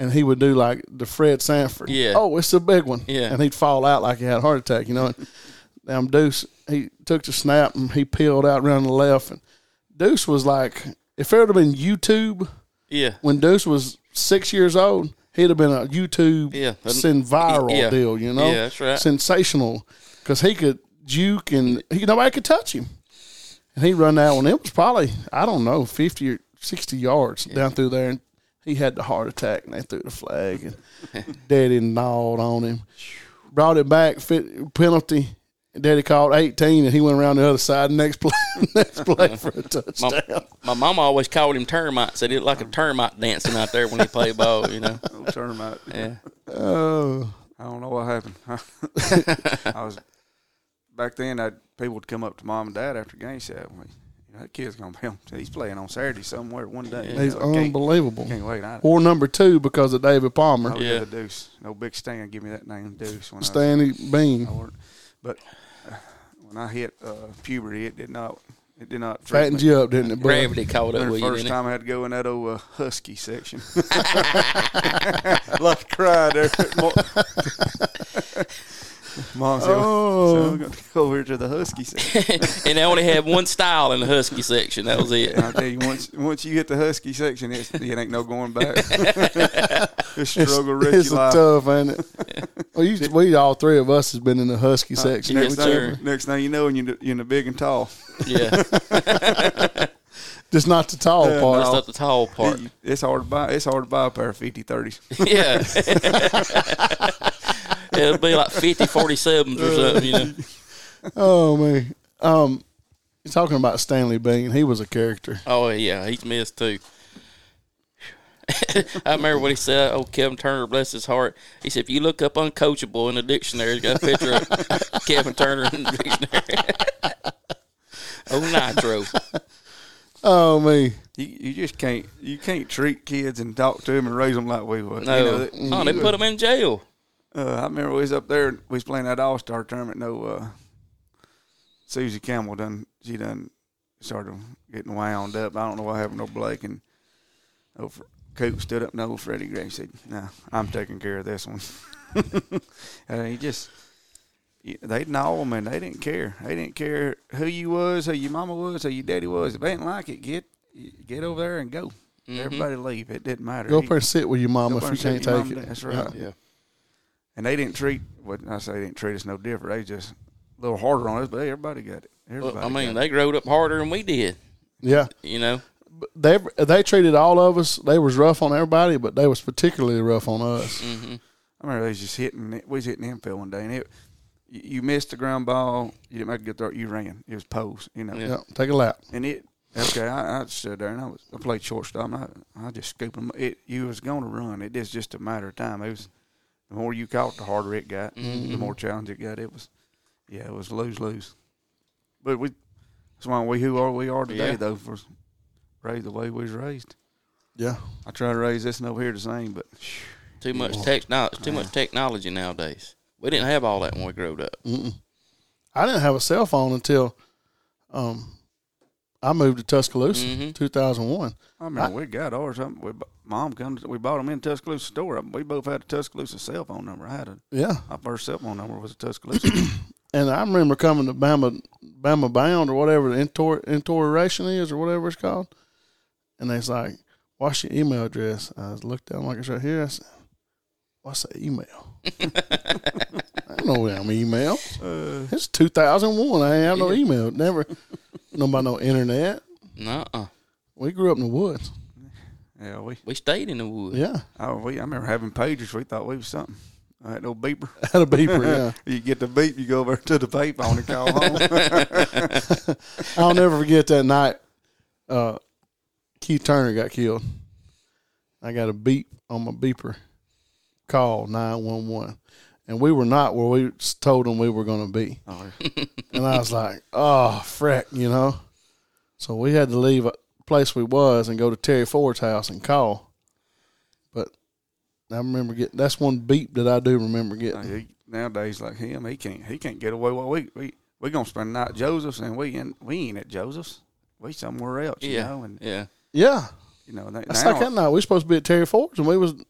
B: and he would do like the Fred Sanford.
C: Yeah.
B: Oh, it's a big one.
C: Yeah.
B: And he'd fall out like he had a heart attack, you know. And um, Deuce, he took the snap and he peeled out around the left, and Deuce was like, if it would have been YouTube
C: Yeah.
B: when Deuce was six years old, he'd have been a YouTube
C: Yeah.
B: sen viral
C: Yeah.
B: deal, you know?
C: Yeah, that's right.
B: Sensational. Because he could juke and he, nobody could touch him. and he run that one. It was probably I don't know fifty or sixty yards down through there, and he had the heart attack, and they threw the flag, and Daddy gnawed on him, brought it back, fit, penalty. Daddy called eighteen, and he went around the other side. Next play, next play for a touchdown.
C: My, my mama always called him termites. Said it looked like a termite dancing out there when he played ball. You know.
D: Old termite.
C: Yeah.
B: Oh,
D: I don't know what happened. I was back then. I people would come up to mom and dad after game said, well, you know, "That kid's gonna be on. He's playing on Saturday somewhere one day."
B: he's
D: I can't-
B: unbelievable.
D: Can't wait. I,
B: Or number two because of David Palmer,
D: I would
C: Yeah.
D: Oh, yeah. the Deuce. No big Stan. Give me that name, Deuce. When I,
B: Stanley Bean.
D: I worked. But uh, when I hit uh, puberty, it did not. It did not. freak
B: Fattened
D: me.
B: you up, didn't it, bud?
C: Gravity caught up
D: Remember
C: with
D: the
C: you,
D: first
C: didn't it?
D: time I had to go in that old uh, husky section. Love to cry there. Mo- Mom said, so
B: Oh.
D: we're going to go over to the husky section.
C: and they only had one style in the husky section. That was it.
D: And I tell you, once once you hit the husky section, it's, it ain't no going back. Just struggle rest
B: it's
D: your life.
B: tough, ain't it? well, you, we all three of us has been in the husky
D: Oh,
B: section.
D: Next,
C: Yes,
D: thing-
C: sir.
D: next thing you know, and you're, you're in the big and tall.
C: Yeah.
B: Just not the tall
D: Yeah,
B: part.
C: That's not the tall part.
D: It's hard to buy. It's hard to buy a pair of 50 30s.
C: Yeah. It'd be like 50 47s or something, you know.
B: Oh man, um, you're talking about Stanley Bean. He was a character.
C: Oh, yeah. He's missed too. I remember what he said. Oh, Kevin Turner, bless his heart. He said, if you look up uncoachable in the dictionary, it's got a picture of Kevin Turner in the dictionary. oh, Nitro.
B: Oh me,
D: You, you just can't you can't treat kids and talk to them and raise them like we would.
C: No.
D: You know, that-
C: oh, they put him in jail.
D: uh, I remember we was up there. and We was playing that All Star tournament. No, uh, Susie Campbell done. She done started getting wound up. I don't know what happened to Blake and old Fr- Coop stood up. No, Freddie Gray said, "No, I'm taking care of this one." and he just you- they know them and they didn't care. They didn't care who you was, who your mama was, who your daddy was. If they didn't like it, get get over there and go. Everybody leave. It didn't matter.
B: go
D: He-
B: up there and sit with your mama if
D: Go up
B: you
D: there and
B: can't
D: sit with
B: take
D: your
B: it.
D: mama. That's right.
B: Yeah.
D: And they didn't treat what I say they didn't treat us no different. They just a little harder on us, but hey, everybody got it.
C: Well,
D: Everybody
C: I mean,
D: got it.
C: they growed up harder than we did,
B: Yeah.
C: you know.
B: But they they treated all of us. They was rough on everybody, but they was particularly rough on us.
D: Mm-hmm. I remember they was just hitting it- we was hitting infield one day and it you you missed the ground ball, you didn't make a good throw, you ran. It was pose, you know.
C: Yeah.
B: Yeah, take a lap.
D: And it okay, I, I stood there and I was I played shortstop and I, I just scooped them it you was gonna run. It is just a matter of time. It was the more you caught the harder it got. The more challenge it got. It was yeah, it was lose lose. But we that's why we who are we are today
C: Yeah.
D: though for raised the way we was raised.
B: Yeah.
D: I try to raise this one over here the same, but phew,
C: Too much tech. No, it's too much technology nowadays. We didn't have all that when we growed up.
B: I didn't have a cell phone until um, I moved to Tuscaloosa,
C: Mhm.
B: 2001.
D: I mean we got ours. um, We, bu- mom comes. We bought them in Tuscaloosa store. We both had a Tuscaloosa cell phone number. I had a
B: Yeah,
D: my first cell phone number was a Tuscaloosa.
B: and I remember coming to Bama, Bama Bound or whatever the inter- interration is or whatever it's called, and they's like, "What's your email address?" I was looked down like it's right here. I said, "What's the email?" I don't know damn email. it's 2001. I ain't have no email. Never, nobody no internet.
C: Nuh uh.
B: We grew up in the woods.
D: yeah, we
C: We stayed in the woods.
B: Yeah,
D: Oh, we, I remember having pagers. We thought we was something. I had no beeper.
B: had a beeper. Yeah.
D: you get the beep, you go over to the payphone and call home.
B: I'll never forget that night. Uh, Keith Turner got killed. I got a beep on my beeper, call nine one one, and we were not where we s- told them we were going to be.
D: Oh,
B: and I was like, "Oh, freck," you know. So we had to leave a place we was and go to Terry Ford's house and call. But I remember getting that's one beep that I do remember getting.
D: He- Nowadays, like him, he can't he can't get away. What we we we gonna spend the night at Joseph's, and we ain't we ain't at Joseph's. We somewhere else, you
C: Yeah.
D: know. And
C: yeah.
B: Yeah,
D: you know, they,
B: that's
D: now,
B: like that night. We were supposed to be at Terry Ford's and we was, I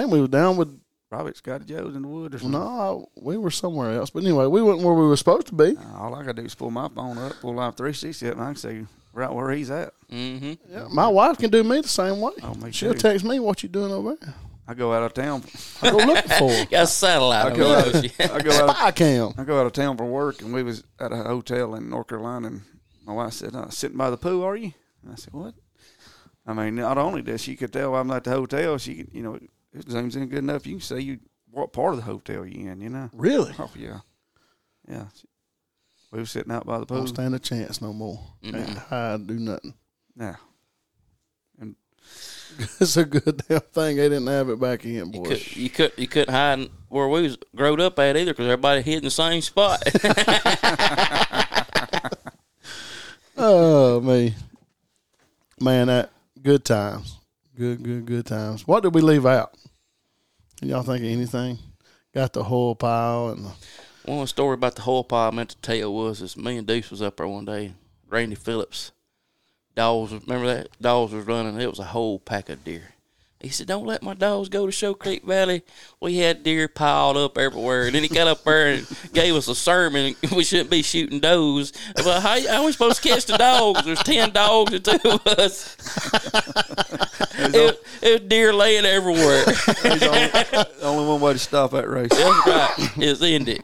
B: think we was down with
D: probably it's got Joe's in the wood or something.
B: No, I- we were somewhere else. But anyway, we went where we were supposed to be.
D: Uh, All I gotta do is pull my phone up, pull out three sixty up, and I can see right where he's at.
C: Mm-hmm.
B: Yeah, my wife can do me the same way.
D: Oh, me
B: She'll
D: too.
B: text me what you doing over there.
D: I go out of town.
B: I go looking for her.
C: Got a satellite.
D: go
C: over there.
D: I go out.
B: Spy cam.
D: I go out of town for work, and we was at a hotel in North Carolina, and My wife said, uh, "Sitting by the pool, are you?" And I said, "What?" I mean, not only does she could tell I'm at the hotel, she could, you know, it zooms in good enough. You can see you what part of the hotel you in, you know.
B: Really?
D: Oh yeah, yeah. We were sitting out by the pool.
B: Don't stand a chance no more. Can't hide, do nothing.
D: Yeah,
B: It's a good damn thing they didn't have it back in,
C: You,
B: boys.
C: could, you could you couldn't hide where we was growed up at either because everybody hid in the same spot.
B: Oh me, man, that good times, good, good, good times. What did we leave out? Can y'all think of anything? Got the whole pile and the,
C: one story about the whole pie I meant to tell was is me and Deuce was up there one day. Randy Phillips, dogs. Remember that dogs was running. It was a whole pack of deer. He said, "Don't let my dogs go to Show Creek Valley. We had deer piled up everywhere." And then he got up there and gave us a sermon. We shouldn't be shooting does. But how, how are we supposed to catch the dogs? There's ten dogs and two of us. it, it was deer laying everywhere.
D: there's only, only one way to stop that race.
C: That's right. It's ended.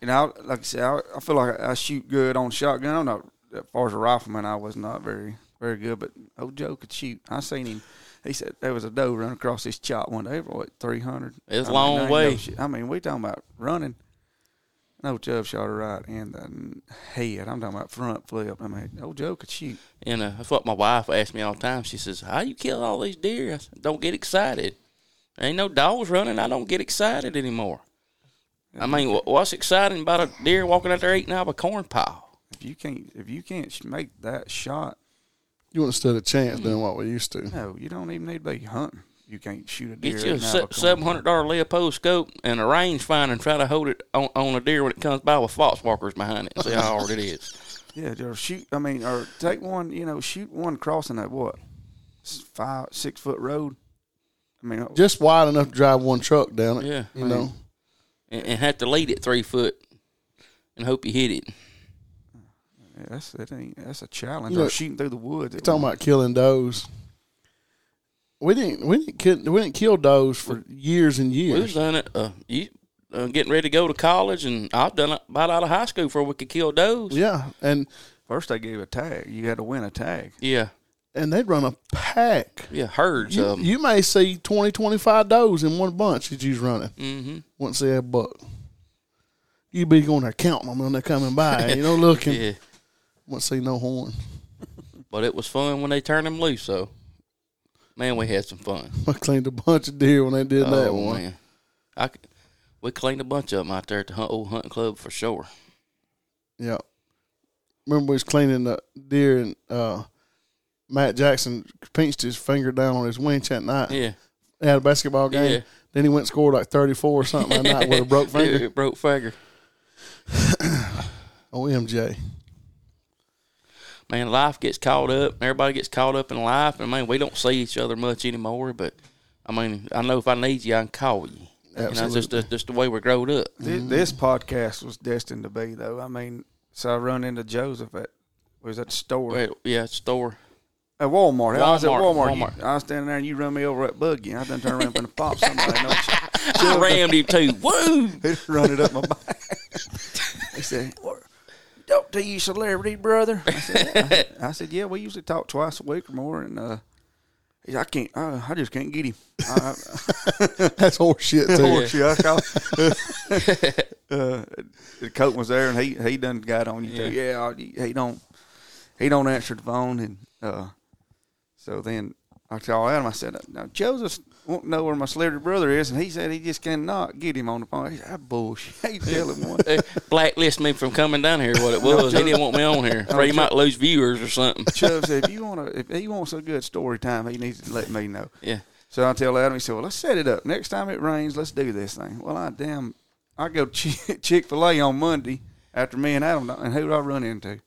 D: You know, I- like I said, I, I feel like I, I shoot good on shotgun. I'm not as far as a rifleman. I was not very very good, but old Joe could shoot. I seen him. He said there was a doe running across his chop one day. What three hundred?
C: It's a long way.
D: I mean, we talking about running. No, Joe shot her right in the head. I'm talking about front flip. I mean, old Joe could shoot.
C: You know, uh, that's what my wife asks me all the time. She says, How you kill all these deer? I said, Don't get excited. Ain't no dogs running. I don't get excited anymore. I mean, wh- what's exciting about a deer walking out there eating out of a corn pile?
D: If you can't, if you can't sh- make that shot,
B: you wouldn't stood a chance doing what we used to.
D: no, you don't even need to be hunting. You can't shoot a deer.
C: Get you a
D: out of a
C: seven hundred dollar Leopold scope and a rangefinder and try to hold it on, on a deer when it comes by with fox walkers behind it and see how hard it is.
D: Yeah, or shoot. I mean, or take one. You know, shoot one crossing that what s- five six foot road. I mean, oh,
B: Just wide enough to drive one truck down it.
C: Yeah.
B: you know.
C: And, and have to lead it three foot and hope you hit it.
D: yeah, that's that ain't that's a challenge.
B: You know,
D: or shooting through the woods.
B: You're talking about killing does. We didn't. We didn't. Kill, we didn't kill does for years and
C: We was
B: years.
C: done it. Uh, you uh, getting ready to go to college, and I've done it about out of high school before we could kill does.
B: Yeah, and
D: First, they gave a tag. You had to win a tag.
C: Yeah,
B: and they'd run a pack.
C: yeah, herds
B: You,
C: of 'em.
B: you may see 20, 25 does in one bunch that you's running.
C: Mhm.
B: Wouldn't see a buck. You be going there counting them when they're coming by. you know, looking.
C: Yeah,
B: Wouldn't see no horn.
C: but it was fun when they turned them loose. So, man, we had some fun.
B: I cleaned a bunch of deer when they did that
C: Oh
B: one.
C: man, I c- we cleaned a bunch of them out there at the hunt, old hunting club for sure.
B: Yeah. Remember we was cleaning the deer and uh, Matt Jackson pinched his finger down on his winch that night.
C: Yeah,
B: They had a basketball game.
C: Yeah.
B: Then he went and scored like 34 or something that night with a broke finger.
C: It broke finger.
B: Oh, OMJ.
C: man, life gets caught up. Everybody gets caught up in life, and man, we don't see each other much anymore. But I mean, I know if I need you, I can call you. You know, it's just that's just the way we're growed up.
D: Thi- This, podcast was destined to be though. I mean, so I run into Joseph at was at the store
C: Well, yeah, store.
D: at Walmart. I was at
C: Walmart,
D: Walmart. You-
C: Walmart.
D: I was standing there, and you run me over at Buggy. and I done turned around and pop somebody. No,
C: I rammed him too. Woo!
D: They done run it up my back. they said, "What- "Don't do you celebrity, brother." I said, "Yeah." I said, "Yeah, we usually talk twice a week or more." And uh, he said, I can't, I, I just can't get him. I,
B: That's horse shit,
D: I,
B: too.
D: Oh, Shit, I call- uh, the coach was there, and he he done got on you too. Yeah, I- he don't he don't answer the phone, and uh, so then I called Adam. I said, "Now Joseph won't know where my celebrity brother is," and he said he just cannot get him on the phone. He said, "That bullshit." He tell him one.
C: They blacklist me from coming down here. What it was, he didn't want me on here. Afraid he might lose viewers or something.
D: Chubb said, if you want to, if he wants a good story time, he needs to let me know.
C: Yeah,
D: So I tell Adam, he said, well, let's set it up. Next time it rains, let's do this thing. Well, I damn, I go Chick Fil A on Monday after me and Adam, and who do I run into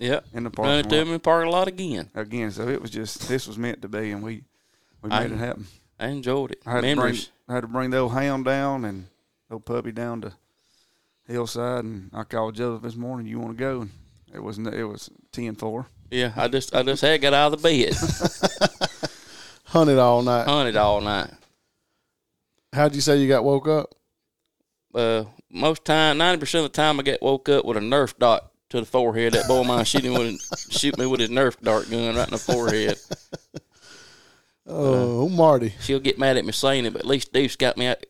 C: yep.
D: in the
C: Run
D: parking
C: it to
D: lot
C: him in the parking lot again.
D: again? So it was just this was meant to be, and we we made
C: I-
D: it happen.
C: I enjoyed it.
D: I had
C: Memories.
D: to bring I had to bring the old hound down and the old puppy down to hillside, and I called Joseph this morning. You want to go? And it was n- it was ten four.
C: Yeah, I just I just had got out of the bed,
B: Hunted all night.
C: hunted all night.
B: How'd you say you got woke up?
C: Uh, most time, ninety percent of the time, I get woke up with a Nerf dot to the forehead. That boy of mine shooting with shoot me with his Nerf dart gun right in the forehead. Uh,
B: Oh, Marty.
C: She'll get mad at me saying it, but at least Deuce got me out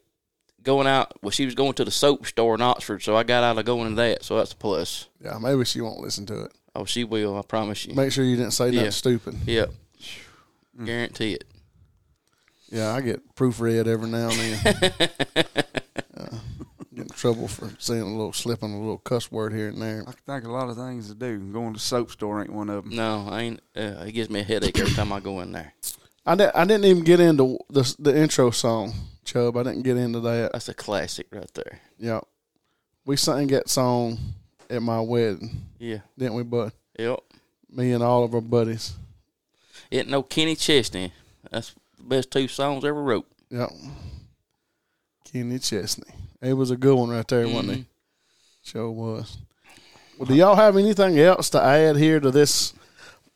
C: going out. Well, she was going to the soap store in Oxford, so I got out of going to that. So that's a plus.
B: Yeah, maybe she won't listen to it.
C: Oh, she will. I promise you.
B: Make sure you didn't say nothing
C: Yeah.
B: stupid.
C: Yep.
B: Mm.
C: Guarantee it.
B: Yeah, I get proofread every now and then. uh, get in trouble for saying a little slipping a little cuss word here and there.
D: I can think of a lot of things to do. Going to the soap store ain't one of them.
C: No, I ain't. Uh, it gives me a headache every time I go in there.
B: I, di- I didn't even get into the the intro song, Chubb. I didn't get into that.
C: That's a classic right there.
B: Yeah, we sang that song at my wedding,
C: Yeah.
B: didn't we, bud?
C: Yep.
B: Me and all of our buddies.
C: It no Kenny Chesney. That's the best two songs ever wrote.
B: Yep. Kenny Chesney. It was a good one right there,
C: Mm-hmm.
B: wasn't it? Sure was. Well, do y'all have anything else to add here to this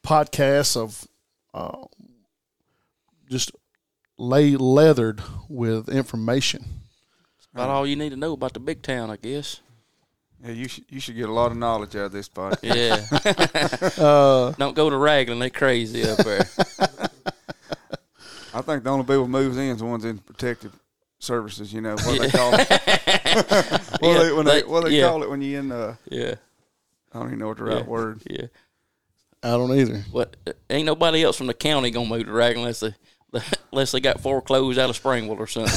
B: podcast of uh, just lay leathered with information?
C: About all you need to know about the big town, I guess.
D: Yeah, you should you should get a lot of knowledge out of this podcast.
C: Yeah. Don't go to Raglan. They crazy up there.
D: I think the only people moves in is the ones in protective services. You know what they call it. what
C: Yeah,
D: they, when they,
C: they-
D: what they
C: yeah.
D: call it when you in. Uh,
C: yeah.
D: I don't even know what the right
C: Yeah.
D: word.
C: Yeah.
B: I don't either.
C: What? Ain't nobody else from the county gonna move to Raglan unless they unless they got foreclosed out of Springwell or something.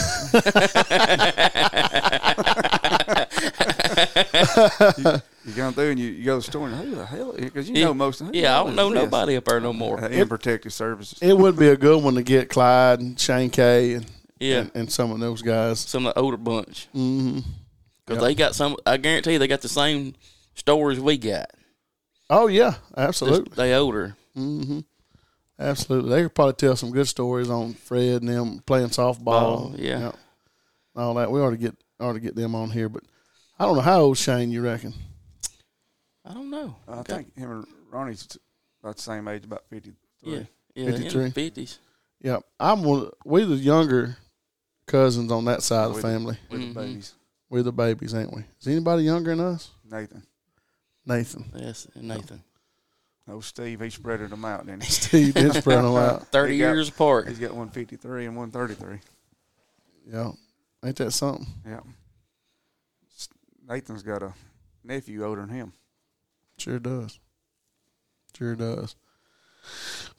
D: You come through and you, you go to the store and who the hell? Because you
C: Yeah.
D: know most. who the
C: Yeah, I
D: hell
C: don't
D: is
C: know
D: this?
C: nobody up there no more.
D: Uh, In protective services.
B: It would be a good one to get Clyde and Shane K and,
C: Yeah.
B: and, and some of those guys.
C: Some of the older bunch. Mm-hmm. Cause they got some. I guarantee you they got the same stories we got.
B: Oh, yeah,
C: Just
B: absolutely. Mm-hmm.
C: they older.
B: Absolutely. They could probably tell some good stories on Fred and them playing softball.
C: Ball, Oh, yeah.
B: and all that. We ought to get ought to get them on here, but I don't know how old Shane you reckon.
C: I don't know.
D: I
C: Okay.
D: think him and Ronnie's t- about the same age, about fifty.
C: Yeah. Yeah.
B: 53.
C: Fifties.
B: Yeah, I'm one. We the younger cousins on that side of the
D: With-
B: family.
D: with
C: Mm-hmm.
D: the babies.
B: We're the babies, ain't we? Is anybody younger than us?
D: Nathan,
B: Nathan,
C: Yes. and Nathan.
D: oh Steve, he spreaded them out. Then he
B: Steve, did spread them out.
C: Thirty
D: They got-
C: years apart.
D: he's got one fifty three and one thirty three.
B: Yeah, ain't that something?
D: Yeah. S- Nathan's got a nephew older than him.
B: Sure does. Sure does.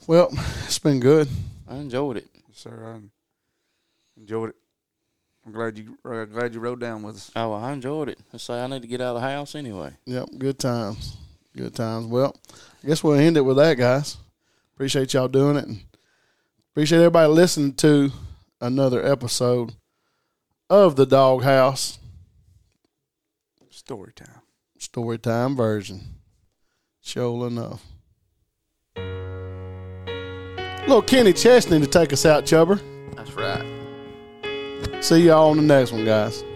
B: Well, it's been good.
C: I enjoyed it.
D: Sir, I enjoyed it. I'm glad you uh, glad you rode down with us.
C: Oh, I enjoyed it. I say I need to get out of the house anyway.
B: Yep, good times. Good times. Well, I guess we'll end it with that, guys. Appreciate y'all doing it and appreciate everybody listening to another episode of the Dog House
D: Story time.
B: Storytime version. Sure enough. Little Kenny Chesney to take us out, Chubber.
C: That's right.
B: See y'all on the next one, guys.